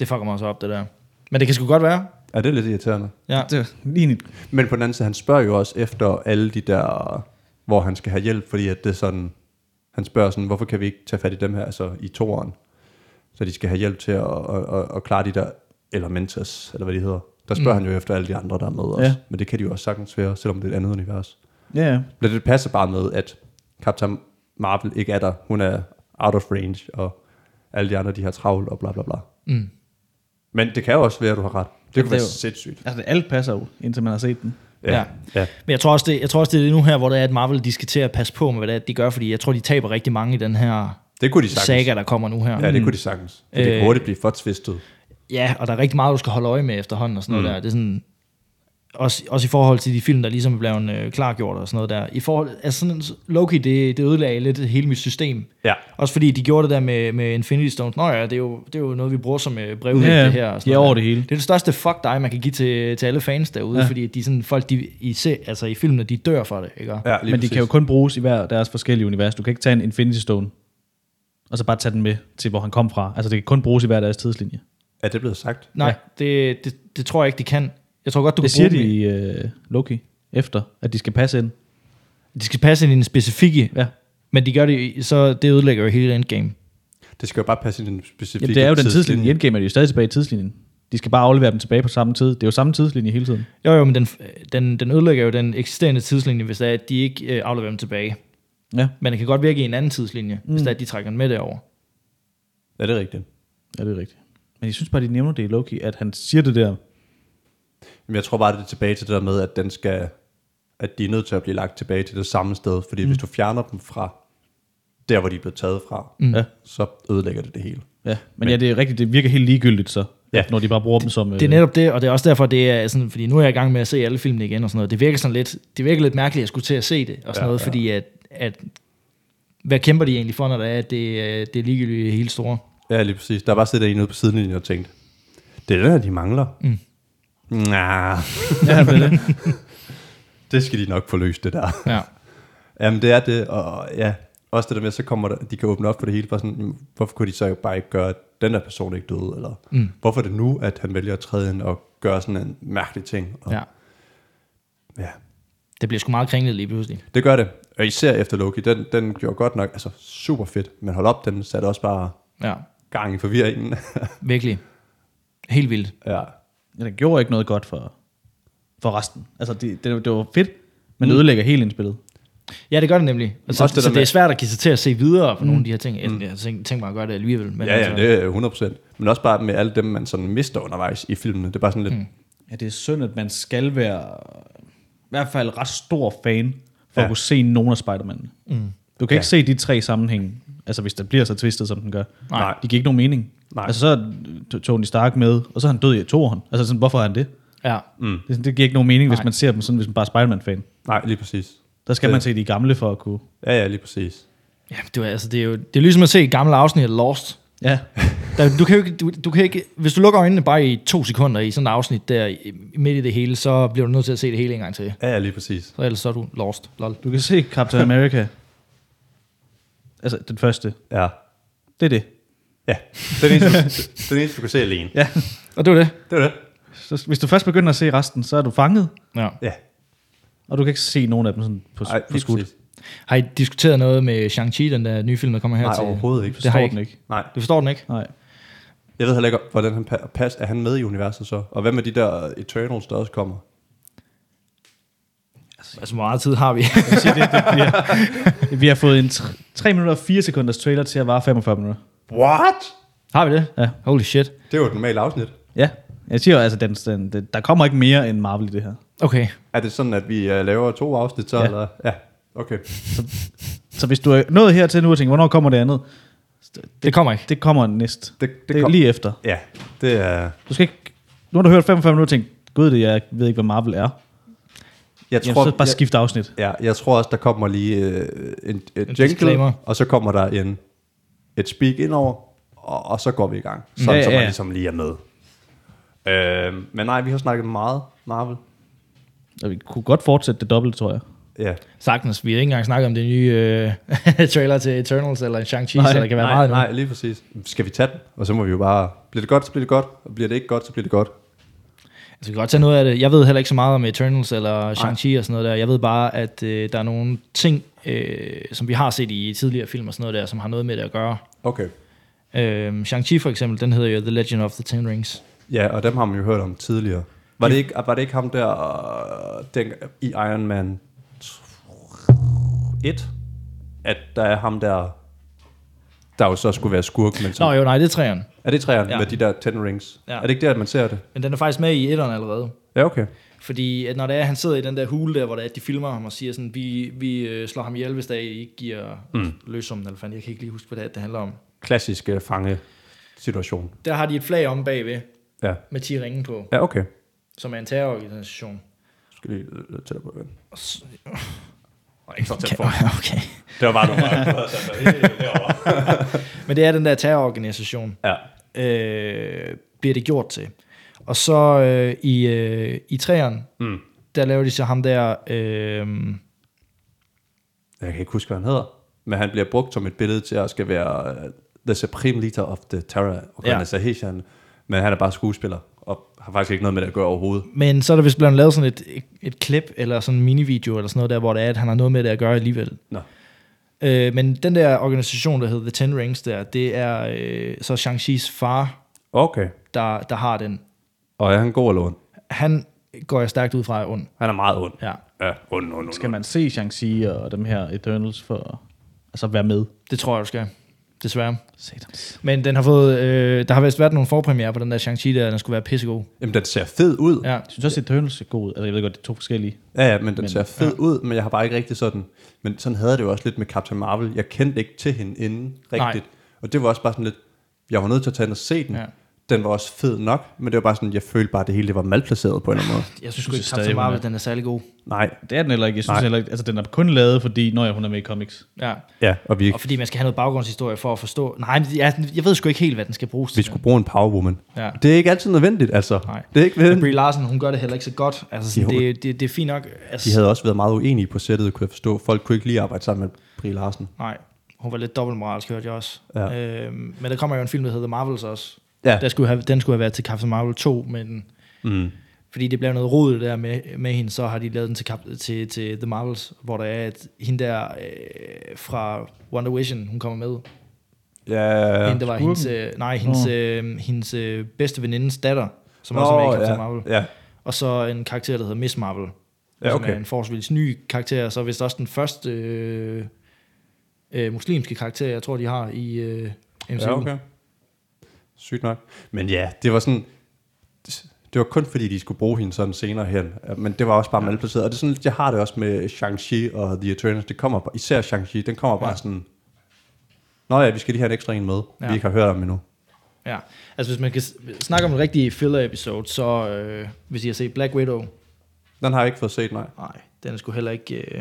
C: Det fucker mig også op, det der. Men det kan sgu godt være.
B: Ja, det er lidt irriterende.
C: Ja.
A: Det er lige en-
B: Men på den anden side, han spørger jo også efter alle de der, hvor han skal have hjælp, fordi at det er sådan, han spørger sådan, hvorfor kan vi ikke tage fat i dem her, altså i toeren, så de skal have hjælp til at, at, at, at klare de der elementers, eller hvad de hedder. Der spørger mm. han jo efter alle de andre, der er med også.
A: Ja.
B: Men det kan de jo også sagtens være, selvom det er et andet univers.
A: Ja, ja.
B: Men det passer bare med, at Captain Marvel ikke er der. Hun er out of range, og alle de andre, de har travlt, og bla bla bla.
C: Mm.
B: Men det kan jo også være, at du har ret. Det kunne
A: det
B: være
A: er jo-
B: sindssygt.
A: Altså, det- alt passer jo, indtil man har set den.
C: Ja.
B: ja.
C: Men jeg tror, også, det, jeg tror også, det er nu her, hvor det er, at Marvel de skal til at passe på med, hvad det er, de gør, fordi jeg tror, de taber rigtig mange i den her
B: Det kunne de sagtens.
C: saga, der kommer nu her.
B: Ja,
A: mm.
B: det kunne de sagtens. For det
C: Øh.
B: kunne hurtigt blive for tvistet.
C: ja, og der er rigtig meget, du skal holde øje med efterhånden og sådan noget mm. der. Det er sådan, også, også i forhold til de film, der ligesom blev øh, klargjort og sådan noget der. I forhold, altså sådan, Loki, det, det ødelagde lidt hele mit system.
B: Ja.
C: Også fordi de gjorde det der med, med Infinity Stones. Nå ja, det er jo, det er jo noget, vi bruger som øh, brevvægt,
A: Ja,
C: det her. og sådan
A: de er
C: noget
A: over
C: der.
A: det hele.
C: Det er det største fuck dig, man kan give til, til alle fans derude, ja.
A: Ja.
C: fordi de sådan, folk de, i, se, altså, i filmene, de dør for det, ikke?
B: ja
A: Men de kan jo kun bruges i hver deres forskellige univers. Du kan ikke tage en Infinity Stone, og så bare tage den med til, hvor han kom fra. Altså, det kan kun bruges i hver deres tidslinje.
B: Er det blevet sagt?
C: Nej, det, det, det tror jeg ikke, de kan. Jeg tror godt, du
A: Det
C: kan
A: siger
C: bruge
A: de
C: dem. i-
A: i øh, Loki, efter at de skal passe ind.
C: De skal passe ind i en specifikke,
A: Ja.
C: men de gør det, i- så det ødelægger jo hele endgame.
B: Det skal jo bare passe ind i den specifikke
A: Jamen, det er jo den tidslinje. I Endgame er de jo stadig tilbage i tidslinjen. De skal bare aflevere dem tilbage på samme tid. Det er jo samme tidslinje hele tiden.
C: Jo, jo, men den, den, den ødelægger jo den eksisterende tidslinje, hvis det er, at de ikke øh, afleverer dem tilbage.
A: Ja,
C: Men det kan godt virke i en anden tidslinje, mm. hvis det er, at de trækker den med derover.
B: Ja, det er rigtigt.
A: ja det er rigtigt. Men jeg synes bare, de nævner det i Loki, at han siger det der.
B: Men jeg tror bare, det er tilbage til det der med, at den skal at de er nødt til at blive lagt tilbage til det samme sted, fordi mm. hvis du fjerner dem fra der, hvor de er blevet taget fra, mm.
A: Ja.
B: så ødelægger det det hele.
A: Ja, men, men ja, det er rigtigt. Det virker helt ligegyldigt så,
B: Ja.
A: ja. når de bare bruger dem som...
C: Det er
A: øh,
C: netop det, og det er også derfor, det er sådan, fordi nu er jeg i gang med at se alle filmene igen og sådan noget. Det virker sådan lidt, det virker lidt mærkeligt, at jeg skulle til at se det og sådan ja,
B: Ja,
C: noget,
B: ja.
C: fordi at, at, hvad kæmper de egentlig for, når det er, at det, øh, det er ligegyldigt i det hele store?
B: Ja, lige præcis. Der var bare siddet en ude på sidelinjen og tænkt, det er den her, de mangler. Mm. Nah,
A: Ja, det er det.
B: det skal de nok få løst, det der.
C: Ja.
B: Jamen, det er det, og ja, også det der med, så kommer der, de kan åbne op for det hele, bare sådan, jamen, hvorfor kunne de så bare ikke gøre, at den der person ikke døde, eller mm. hvorfor er det nu, at han vælger at træde ind og gøre sådan en mærkelig ting, og, ja.
C: ja.
B: ja.
C: Det bliver sgu meget kringlet lige pludselig.
B: det gør det, og især efter Loki, den, den gjorde godt nok, altså super fedt, men hold op, den satte også bare
C: Ja,
B: gang i forvirringen,
C: virkelig. Helt vildt.
B: ja,
A: Ja, den gjorde ikke noget godt for, for resten. Altså, det, det, det var fedt, men det ødelægger helt indspillet.
C: Ja, det gør det nemlig. Altså,
B: Også
C: det
B: det
C: så
B: der
C: det er
B: med-
C: svært at give sig til at se videre på mm. nogle af de her ting. Mm. Jeg tænkte, tænkte mig at gøre det alligevel. Men
B: ja, ja, det
C: altså,
B: er 100%, men også bare med alle dem, man sådan mister undervejs i filmene, det er bare sådan lidt, mm.
A: Ja, det er synd, at man skal være i hvert fald ret stor fan for ja.
B: Ja.
A: at kunne se nogen af Spider-Man. Mm. Du kan ja. ikke se de tre sammenhæng, altså hvis der bliver så twistet, som den gør.
B: Nej.
A: De giver ikke nogen mening.
B: Nej.
A: Altså så er t- Tony Stark med, og så er han død i toeren. Altså sådan, hvorfor er han det?
C: ja.
A: Mm. det? sådan, Det giver ikke nogen mening, Nej.
C: Nej.
A: hvis man ser dem sådan, hvis man bare er Spider-Man-fan.
B: nej, lige præcis,
A: Der skal
B: Det-
A: man se de gamle for at kunne...
B: ja, ja, lige præcis,
C: ja det, er, altså, det, er jo, det er ligesom at se et gammelt afsnit af Lost.
A: Ja,
C: Der, du kan jo ikke, du, du kan ikke, hvis du lukker øjnene bare i to sekunder i sådan et afsnit der i- midt i det hele, så bliver du nødt til at se det hele en gang til.
B: ja, ja, lige præcis,
C: Så ellers så er du lost. Lol.
A: du kan se Captain America. altså den første.
B: ja,
A: Det er det.
B: ja, den eneste, den eneste, du kan se alene, ja.
C: Og det var det.
B: det var det,
A: Så hvis du først begynder at se resten, så er du fanget,
C: Ja.
B: ja,
A: og du kan ikke se nogen af dem sådan på,
B: Ej,
A: Ej, på
B: lige
A: skud.
B: præcis.
C: Har I diskuteret noget med Shang-Chi, den der nye film, der kommer her
B: Nej,
C: til?
B: overhovedet ikke.
C: Det har
A: Forstår
C: jeg
A: den
C: ikke.
A: ikke.
B: Nej,
C: Du forstår den ikke?
A: Nej.
B: Jeg ved heller ikke, hvordan han pa- pas, er han med i universet så? Og hvad med de der Eternals, der også kommer?
C: Altså, hvor meget tid har vi?
A: Jeg vil sige, det, det bliver, vi har fået en 3 minutter og 4 sekunders trailer til at vare 45 minutter.
B: What?
C: har vi det?
A: Ja.
C: Holy shit.
B: Det var et normalt afsnit.
A: Ja, jeg siger jo, altså, den, den, den, der kommer ikke mere end Marvel i det her.
C: Okay.
B: Er det sådan, at vi uh, laver to afsnit så?
A: Ja.
B: Ja. Eller? ja. Okay.
A: Så hvis du er nået hertil nu og tænker, hvornår kommer det andet?
C: Det kommer ikke.
A: Det kommer næst.
B: Det,
A: Det er
B: kom-
A: lige efter.
B: Ja, det er...
A: Du skal ikke... Nu har du hørt 45 minutter og tænkt, gud det, jeg ved ikke, hvad Marvel er.
B: Jeg
A: Jeg
B: tror,
A: tror, så bare
B: jeg,
A: skift afsnit.
B: ja, jeg tror også, der kommer lige øh, en, en, en
C: disclaimer.
B: jingle, og så kommer der en, et speak indover, og, og så går vi i gang. Sådan,
A: Ja,
B: ja, så
A: ja,
B: man
A: ja.
B: ligesom lige er med. Øh, men nej, vi har snakket meget Marvel.
A: Og vi kunne godt fortsætte det dobbelt, tror jeg.
B: Ja.
C: Sagtens. Vi har ikke engang snakket om det nye øh, trailer til Eternals eller Shang-Chi,
A: Nej,
C: så der kan være
B: nej,
C: meget nu.
B: nej, lige præcis. Skal vi tage den? Og så må vi jo bare... Bliver det godt, så bliver det godt. Og bliver det ikke godt, så bliver det godt.
C: Altså, vi kan godt tage noget af det. Jeg ved heller ikke så meget om Eternals eller Shang-Chi og sådan noget der. Jeg ved bare, at øh, der er nogle ting, øh, som vi har set i tidligere film og sådan noget der, som har noget med det at gøre.
B: Okay.
C: Øh, Shang-Chi for eksempel, den hedder jo The Legend of the Ten Rings.
B: Ja, og dem har man jo hørt om tidligere. Var det ikke, var det ikke ham der øh, den, i Iron Man 1, at der er ham der, der jo så skulle være skurk, men
C: Nå
B: så,
C: jo, nej, det er træerne.
B: er det træerne
C: Ja.
B: ja. med de der ten rings?
C: Ja.
B: Ja. Er det ikke der, at man ser det?
C: Men den er faktisk med i etteren allerede.
B: Ja, okay.
C: Fordi at når det er, han sidder i den der hule der, hvor det er, at de filmer ham og siger sådan, vi, vi øh, slår ham ihjel, hvis der ikke giver mm. løsummen, eller fanden, jeg kan ikke lige huske, hvad det, er, det handler om.
B: Klassisk øh, fange situation.
C: Der har de et flag om bagved,
B: Ja.
C: med 10 ringe på,
B: Ja, okay.
C: som er en terrororganisation.
B: Skal lige øh, tættere på igen.
C: Og så-
B: Nej, ikke så tæt på.
C: Okay, okay.
B: Det var bare noget.
C: Men det er den der terrororganisation,
B: ja.
C: øh, bliver det gjort til. Og så øh, i, øh, i træerne,
B: Mm.
C: der laver de så ham der, øh,
B: Jeg kan ikke huske, hvad han hedder. Men han bliver brugt som et billede til at skal være uh, the supreme leader of the terror organization. Ja. Men han er bare skuespiller, og har faktisk ikke noget med det at gøre overhovedet.
C: men så er der vist blevet lavet sådan et, et, et klip, eller sådan en minivideo, eller sådan noget der, hvor det er, at han har noget med det at gøre alligevel.
B: Nå.
C: Øh, men den der organisation, der hedder The Ten Rings der, det er øh, så Shang-Chis far,
B: Okay.
C: der, der har den.
B: Og er han god eller ond?
C: Han går jeg stærkt ud fra er ond.
B: Han er meget ond.
C: Ja,
B: Ja, ond, ond, ond.
A: Skal man se Shang-Chi og dem her Eternals for at altså, være med?
C: det tror jeg, du skal. Desværre.
A: Satans.
C: Men den har fået, øh, der har vist været nogle forpremiere på den der Shang-Chi der, den skulle være pissegod.
B: Jamen, den ser fed ud. Ja,
C: Ja.
A: Jeg synes også, at Eternals er god. ud. Altså, jeg ved godt, det er to forskellige.
B: ja, ja men den
A: Men-
B: men, ser fed ja. ud, men jeg har bare ikke rigtig sådan... Men sådan havde jeg det jo også lidt med Captain Marvel. Jeg kendte ikke til hende inden rigtigt. Nej. Og det var også bare sådan lidt... Jeg var nødt til at tage ind og se den.
C: Ja.
B: Ja. Den var også fed nok, men det var bare sådan, jeg følte bare, at det hele det var malplaceret på en eller anden måde.
C: Jeg synes, sgu
A: synes
C: ikke,
A: stadig,
C: Captain
A: hun er-
C: Marvel den er særlig god.
B: Nej,
A: Det er den heller ikke. Jeg synes
B: Nej.
A: heller ikke. Altså, den er kun lavet, fordi når jeg, hun er med i comics.
C: Ja.
B: ja, og vi,
C: Og fordi man skal have noget baggrundshistorie for at forstå. Nej, men jeg, jeg ved sgu ikke helt, hvad den skal bruges
B: Vi
C: til.
B: skulle bruge en power woman.
C: Ja.
B: Det er ikke altid nødvendigt, altså.
C: Nej.
B: Det er ikke
C: Men
B: nødvendigt.
C: Brie Larson, hun gør det heller ikke så godt. Altså, sådan,
B: Jo.
C: det, det, det er fint nok. Altså,
B: De havde også været meget uenige på sættet, kunne jeg forstå. Folk kunne ikke lige arbejde sammen med Brie Larsen.
C: Nej, hun var lidt dobbeltmoralsk, hørte jeg også.
B: Ja.
C: Øhm, men der kommer jo en film, der hedder The Marvels også.
B: Ja.
C: Der skulle have, den skulle have været til Captain Marvel 2, men
B: Mm.
C: fordi det blev noget rod der med, med hende, så har de lavet den til, Cap- til, til The Marvels, hvor der er, at hende der øh, fra Wonder Vision, hun kommer med.
B: Ja, ja,
C: Ja,
B: ja.
C: hende, der var
A: Skurken?
C: hendes, øh, nej, hendes, øh, hendes øh, bedste venindes datter, som
B: Nå,
C: også er med i Captain
B: ja.
C: Marvel.
B: Ja.
C: Og så en karakter, der hedder Miss Marvel.
B: Ja,
C: Som
B: okay.
C: er en forholdsvis ny karakter, og så er vist også den første øh, øh, muslimske karakter, jeg tror, de har i øh, MCU.
B: ja, okay. Sygt nok. Men ja, det var sådan... Det var kun fordi, de skulle bruge hende sådan senere hen. Men det var også bare malplaceret. Og det er sådan, lidt- jeg har det også med Shang-Chi og The Eternals. Det kommer, bare- især Shang-Chi, den kommer bare
C: Ja.
B: sådan... Nå ja, vi skal lige have en ekstra en med,
C: Ja.
B: ja. vi ikke har hørt om endnu.
C: Ja. Altså, hvis man kan s- snakke om en rigtig filler-episode, så øh, hvis I har set Black Widow,
B: Den har jeg ikke fået set, nej.
C: nej, den er sgu heller ikke... Øh,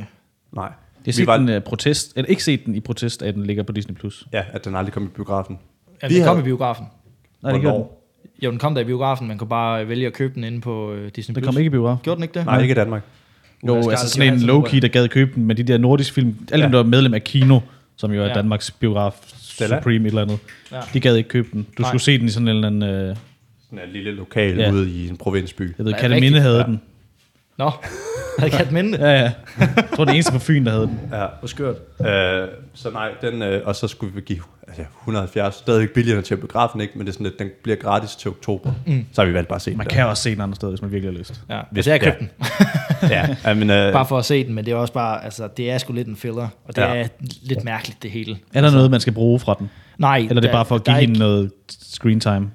B: Nej.
A: Jeg har set var... den uh, protest, eller ikke set den i protest, at den ligger på Disney+. Plus.
B: Ja, at den aldrig kom i biografen.
A: Mhm.
C: ja,
B: Vi
C: den kom
B: havde-
C: i biografen.
A: Nej, det gjorde den.
B: Hvornår?
C: Jo, den kom der i biografen, man kunne bare vælge at købe den inde på øh, Disney+.
A: Den kom ikke i biografen.
C: Gjorde den ikke det?
B: Nej, ikke i Danmark.
A: Jo,
C: Scarlett
A: altså sådan en
C: Johansson,
A: low-key, der gad købe den med de der nordiske film. Alle ja. dem, der var medlem af Kino, som jo er
C: Ja.
A: ja. Danmarks biograf,
B: Stella.
A: Supreme et eller andet.
C: Ja.
A: Ja. De gad ikke købe den. Du
C: Nej.
A: Nej. skulle se den i sådan en eller anden... Øh,
B: Sådan en lille lokal
A: Ja.
B: ja. ude i en provinsby.
A: jeg ved,
C: Ja,
A: Kataminde
C: rigtigt.
A: havde
B: Ja.
A: den.
C: Nå, Havde Katminde.
A: Ja, ja. Jeg tror, det eneste på Fyn, der hed den.
B: Ja.
C: Hvor skørt.
B: Øh, så nej, den, øh, og så skulle vi give altså, 170, stadigvæk billigere end til biografen, ikke? men det er sådan lidt, den bliver gratis til oktober. Mm. Så har vi valgt bare at se den.
A: Man
B: der.
A: kan også se den andre steder, hvis man virkelig har lyst.
C: Ja,
B: Hvis-
C: hvis jeg købte
B: ja.
C: den.
B: Ja, ja men, øh,
C: Bare for at se den, men det er også bare, altså, det er sgu lidt en filler, og det
B: Ja.
C: ja. er lidt mærkeligt, det hele.
A: Er der noget, man skal bruge fra den?
C: Nej,
A: Eller er det
C: der-
A: bare for at
C: der
A: give
C: er
A: hende
C: ikke-
A: noget screen time?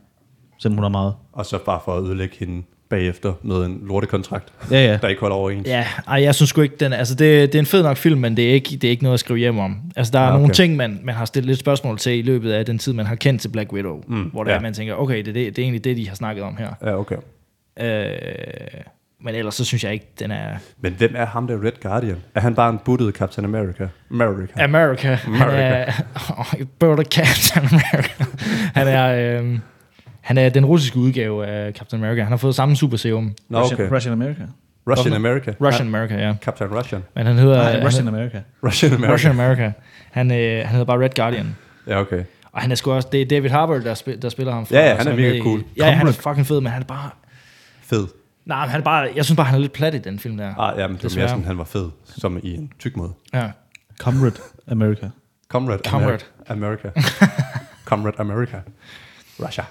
A: Selvom hun har meget.
B: og så bare for at ødelægge hende bagefter med en lortekontrakt,
A: Ja, ja.
B: der ikke holder over en.
C: Ja, ej, jeg synes sgu ikke, den, er- altså det, det er en fed nok film, men det er ikke, det er ikke noget at skrive hjem om. Altså der er
B: Ja,
C: ja,
B: okay.
C: nogle ting, man, man har stillet lidt spørgsmål til i løbet af den tid, man har kendt til Black Widow, mm, hvor der
B: ja.
C: ja. man tænker, okay, det, er det, det er egentlig det, de har snakket om her.
B: Ja, okay.
C: Øh, men ellers så synes jeg ikke, den er...
B: Men hvem er ham der Red Guardian? Er han bare en buttet Captain America? America.
C: America. Han er, oh, Captain America. Han er, øh, han er den russiske udgave af Captain America. Han har fået samme super serum.
B: Nå, okay.
A: Russian, Russian America.
B: Russian America.
C: Russian America, ja.
B: Captain Russian.
C: Men han hedder...
A: Nej,
C: han-
A: Russian America.
B: Russian America.
C: Russian America. Han, øh, han hedder bare Red Guardian.
B: Ja, okay.
C: Og han er sgu også, det er David Harbour, der, spil, der spiller ham. Fra,
B: Ja, ja, han
C: som
B: er
C: med
B: mega cool.
C: I, ja, han er
B: Comeback.
C: fucking fed, men han er bare...
B: Fed.
C: Nej, men han er bare, jeg synes bare, han er lidt plat i den film der.
B: Ah, ja, men det var mere
C: Desværre.
B: sådan, han var fed, som i en tyk måde.
C: Ja.
A: Comrade America.
B: Comrade,
C: Comrade.
B: Ameri- America. Comrade America. Russia.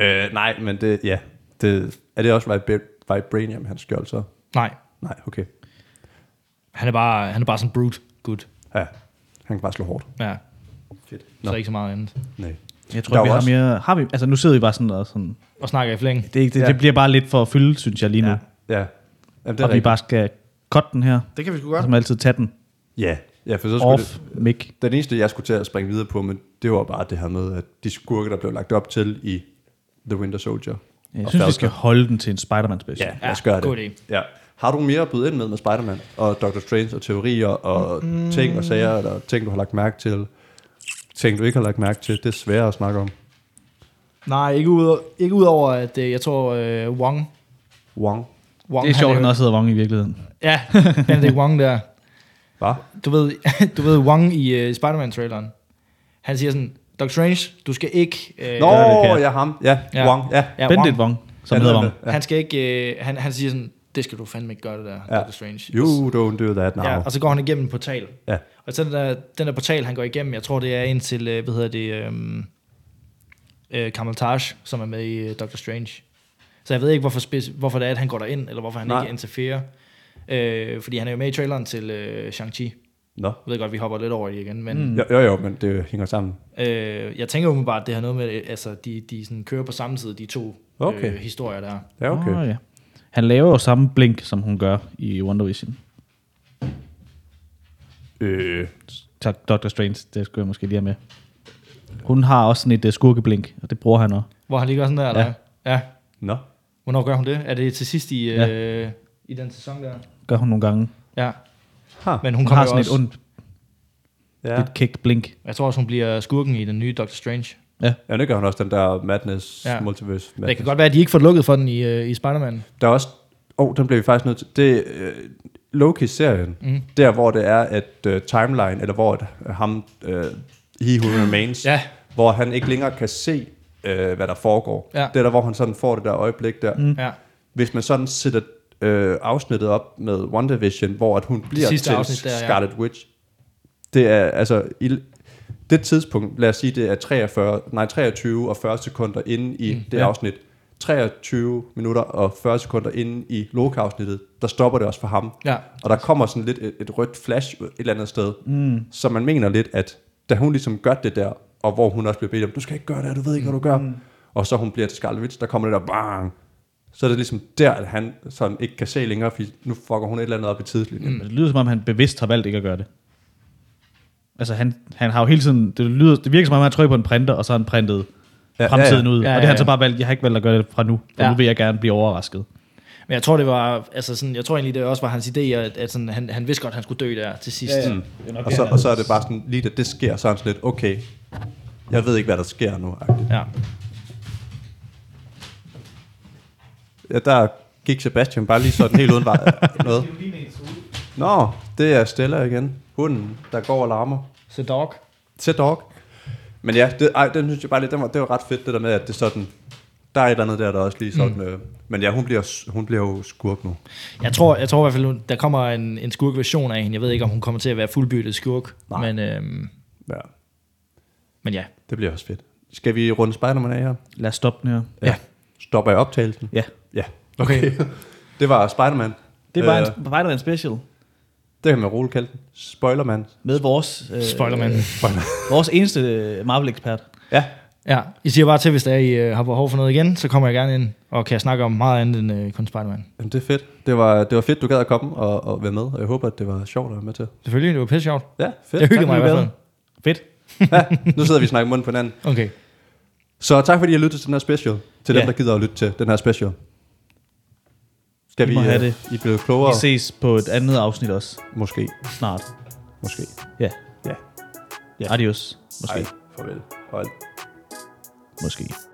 B: Øh, nej, men det, ja. Det, er det også Vibra- Vibranium, han skjold så?
C: Nej,
B: Nej, okay.
C: han er bare, han er bare sådan brute good.
B: Ja, han kan bare slå hårdt.
C: Ja,
B: Fedt.
C: Nå.
B: Nå,
C: så ikke så meget andet.
B: nej.
A: Jeg tror,
B: Der er
A: ikke, vi
B: jo
A: har
B: også-
A: mere... Har vi... Altså, nu sidder vi bare sådan og sådan...
C: Og snakker i flæng.
A: Det, er ikke, det,
B: Ja.
A: ja. det bliver bare lidt for at fylde, synes jeg lige nu.
C: Ja,
A: Ja,
B: Ja. Jamen, det
A: og
B: er
A: vi
B: rigtigt.
A: bare skal cut den her.
C: Det kan vi sgu
A: Og Som altid tage den
B: Ja, ja for så skulle
A: off
B: det,
A: mic.
B: Den eneste, jeg skulle til at springe videre på, men det var bare det her med, at de skurke, der blev lagt op til i The Winter Soldier.
A: Jeg
B: og
A: synes, vi
B: Falcon.
A: skal holde den til en Spider-Man special.
B: Ja,
A: Yeah.
B: lad os
C: Ja,
B: gøre det.
C: god idé.
B: Ja. Har du mere at byde ind med med Spider-Man og Doctor Strange og teorier og mm. ting og sager, eller ting, du har lagt mærke til, ting, du ikke har lagt mærke til, det er svært at snakke om.
C: Nej, ikke ud, ikke ud over, at øh, jeg tror, øh, Wong,
B: Wong.
C: Wong...
A: Det er sjovt,
C: han
A: han også hedder Wong i virkeligheden.
C: Ja, Benedict Wong der.
B: Hva?
C: Du ved, du ved Wong i uh, Spider-Man-traileren. Han siger sådan, Doctor Strange, du skal ikke... Øh,
B: Nå,
A: det kan jeg.
B: ja, ham. Ja,
C: Ja.
B: Wong. Ja.
A: Ja,
C: ja,
A: Bendit
C: Wong.
A: Wong, som
B: Ja,
A: hedder
B: det
A: Wong.
B: er det. Ja.
C: Han skal ikke... Øh, han, han siger sådan, det skal du fandme ikke gøre det der, ja. Doctor Strange.
B: You don't do that now.
C: Ja, og så går han igennem en portal.
B: Ja.
C: Og så den der, den der portal, han går igennem, jeg tror, det er ind til, øh, hvad hedder det, øhm, øh, Kamal Taj, som er med i øh, Doctor Strange. Så jeg ved ikke, hvorfor, speci- hvorfor det er, at han går derind, eller hvorfor han
B: Nej.
C: Nej. ikke interferer. Øh, fordi han er jo med i traileren til øh, Shang-Chi.
B: Nå.
C: Jeg ved godt, vi hopper lidt over i det igen, men
B: Jo, jo, jo, men det hænger sammen.
C: mm. øh, jeg tænker umiddelbart, at det har noget med, øh, altså de, de sådan kører på samme tid, de to
B: Okay.
C: øh, historier der.
B: Ja, okay.
A: Åh, Ah, ja. Han laver jo samme blink, som hun gør i Wonder Vision.
B: Øh,
A: Tak, Dr. Strange, det skulle jeg måske lige have med. Hun har også sådan et uh, skurkeblink, og det bruger han også.
C: Hvor han ligger sådan der, eller? Ja. ja.
B: nå.
C: Hvornår gør hun det? Er det til sidst i, øh,
A: Ja.
C: i den sæson der?
A: Gør hun nogle gange.
C: Ja.
B: Ha.
A: Hun,
C: Men hun,
A: hun
C: kommer
A: har
C: jo
A: sådan
C: også,
A: et ondt,
B: Ja. Mm.
A: lidt kægt blink.
C: Jeg tror også, hun bliver skurken i den nye Doctor Strange.
B: Ja, det gør hun også, den der Madness, ja.
C: Ja.
B: Multiverse
C: Det
B: Madness.
C: kan godt være, at de ikke får lukket for den i, øh, i Spider-Man.
B: Der er også... Åh, oh, den blev vi faktisk nødt til. Det er øh, Loki-serien, mm. der hvor det er, at øh, timeline, eller hvor at, øh, ham, øh, He Who Remains,
C: Ja.
B: hvor han ikke længere kan se, øh, hvad der foregår.
C: Ja.
B: Det er der, hvor han sådan får det der øjeblik der. Mm.
C: Ja.
B: Hvis man sådan sætter øh, afsnittet op med WandaVision, hvor at hun bliver
C: sidste
B: til
C: afsnit der, ja.
B: Scarlet Witch, det er altså... I, det tidspunkt, lad os sige, det er 43, nej, 23 og 40 sekunder inde i mm, det
A: ja.
B: afsnit. 23 minutter og 40 sekunder inde i Loki-afsnittet, der stopper det også for ham.
C: Ja.
B: Og der kommer sådan lidt et, et rødt flash et eller andet sted, mm. så man mener lidt, at da hun ligesom gør det der, og hvor hun også bliver bedt om, du skal ikke gøre det, her, du ved ikke, hvad du gør, mm. og så hun bliver til Scarlet Witch, der kommer det der bang, så er det ligesom der, at han sådan ikke kan se længere, fordi nu fucker hun et eller andet op i tidslinjen. Mm.
A: Men Altså, det lyder som om, han bevidst har valgt ikke at gøre det. Altså han, han har jo hele tiden, det, lyder, det virker som om, han har trykket på en printer, og så har han printet
B: Ja,
A: ja,
B: ja,
A: fremtiden ja,
B: ja.
A: ja. ud. Ja,
C: Ja,
A: ja, og det har han
C: ja,
A: så
C: ja.
A: bare valgt, jeg har ikke valgt at gøre det fra nu, for ja.
C: Ja.
A: nu vil jeg gerne blive overrasket.
C: Men jeg tror, det var, altså sådan, jeg tror egentlig, det også var hans idé, at, at sådan, han, han vidste godt, at han skulle dø der til sidst. Ja, ja.
B: Mm. Og, så, og så er det bare sådan, lige da det sker, så er han sådan lidt, okay, jeg ved ikke, hvad der sker nu. agtigt.
C: ja.
B: Ja, der gik Sebastian bare lige sådan helt uden var noget. Nå, det er Stella igen. Hunden, der går og larmer.
C: Så dog.
B: til dog. Men ja, det, ej, den synes jeg bare lidt, den var, det var ret fedt, det der med, at det sådan, Der er et eller andet der, der også lige sådan... Mm. Øh, men ja, hun bliver, hun bliver jo skurk nu.
C: Jeg tror, jeg tror i hvert fald, hun- der kommer en, en skurk-version af hende. Jeg ved ikke, om hun kommer til at være fuldbyrdet skurk.
B: Nej.
C: Men, øhm,
B: Ja,
C: men ja.
B: det bliver også fedt. Skal vi runde Spider-Man af her?
A: Lad os stoppe den her.
C: Ja.
B: Stopper jeg optagelsen?
A: Ja.
B: Ja, okay. det var Spider-Man.
A: Det var en
B: Øh,
A: Spider-Man special
B: det kan man roligt kalde den. Spoilerman.
A: med vores, øh,
C: Spoilerman.
A: vores eneste øh, Marvel-ekspert.
B: Ja,
C: Ja, I siger bare til, hvis der er, I øh, har behov for noget igen, så kommer jeg gerne ind og kan snakke om meget andet end øh, kun Spider-Man.
B: Jamen, det er fedt. Det var, det var fedt, du gad at komme og, og være med, og jeg håber, at det var sjovt at være med til.
C: Selvfølgelig, det var pisse sjovt.
B: Ja, fedt.
C: Jeg hyggede
A: tak,
C: mig i
A: du
C: hvert
A: gad.
C: fald.
A: Fedt.
B: Ja, nu sidder vi og snakker munden på hinanden.
C: Okay.
B: Så tak fordi I lyttede til den her special. Til dem,
A: Ja.
B: der gider at lytte til den her special. Skal
A: I
B: vi,
A: må have
B: øh,
A: det.
B: I blev klogere?
A: Vi ses på et andet afsnit også
B: Måske.
A: snart.
B: Måske.
A: Ja.
B: Ja.
A: ja. Adios. Måske.
B: Ej, farvel. Hold.
A: Måske.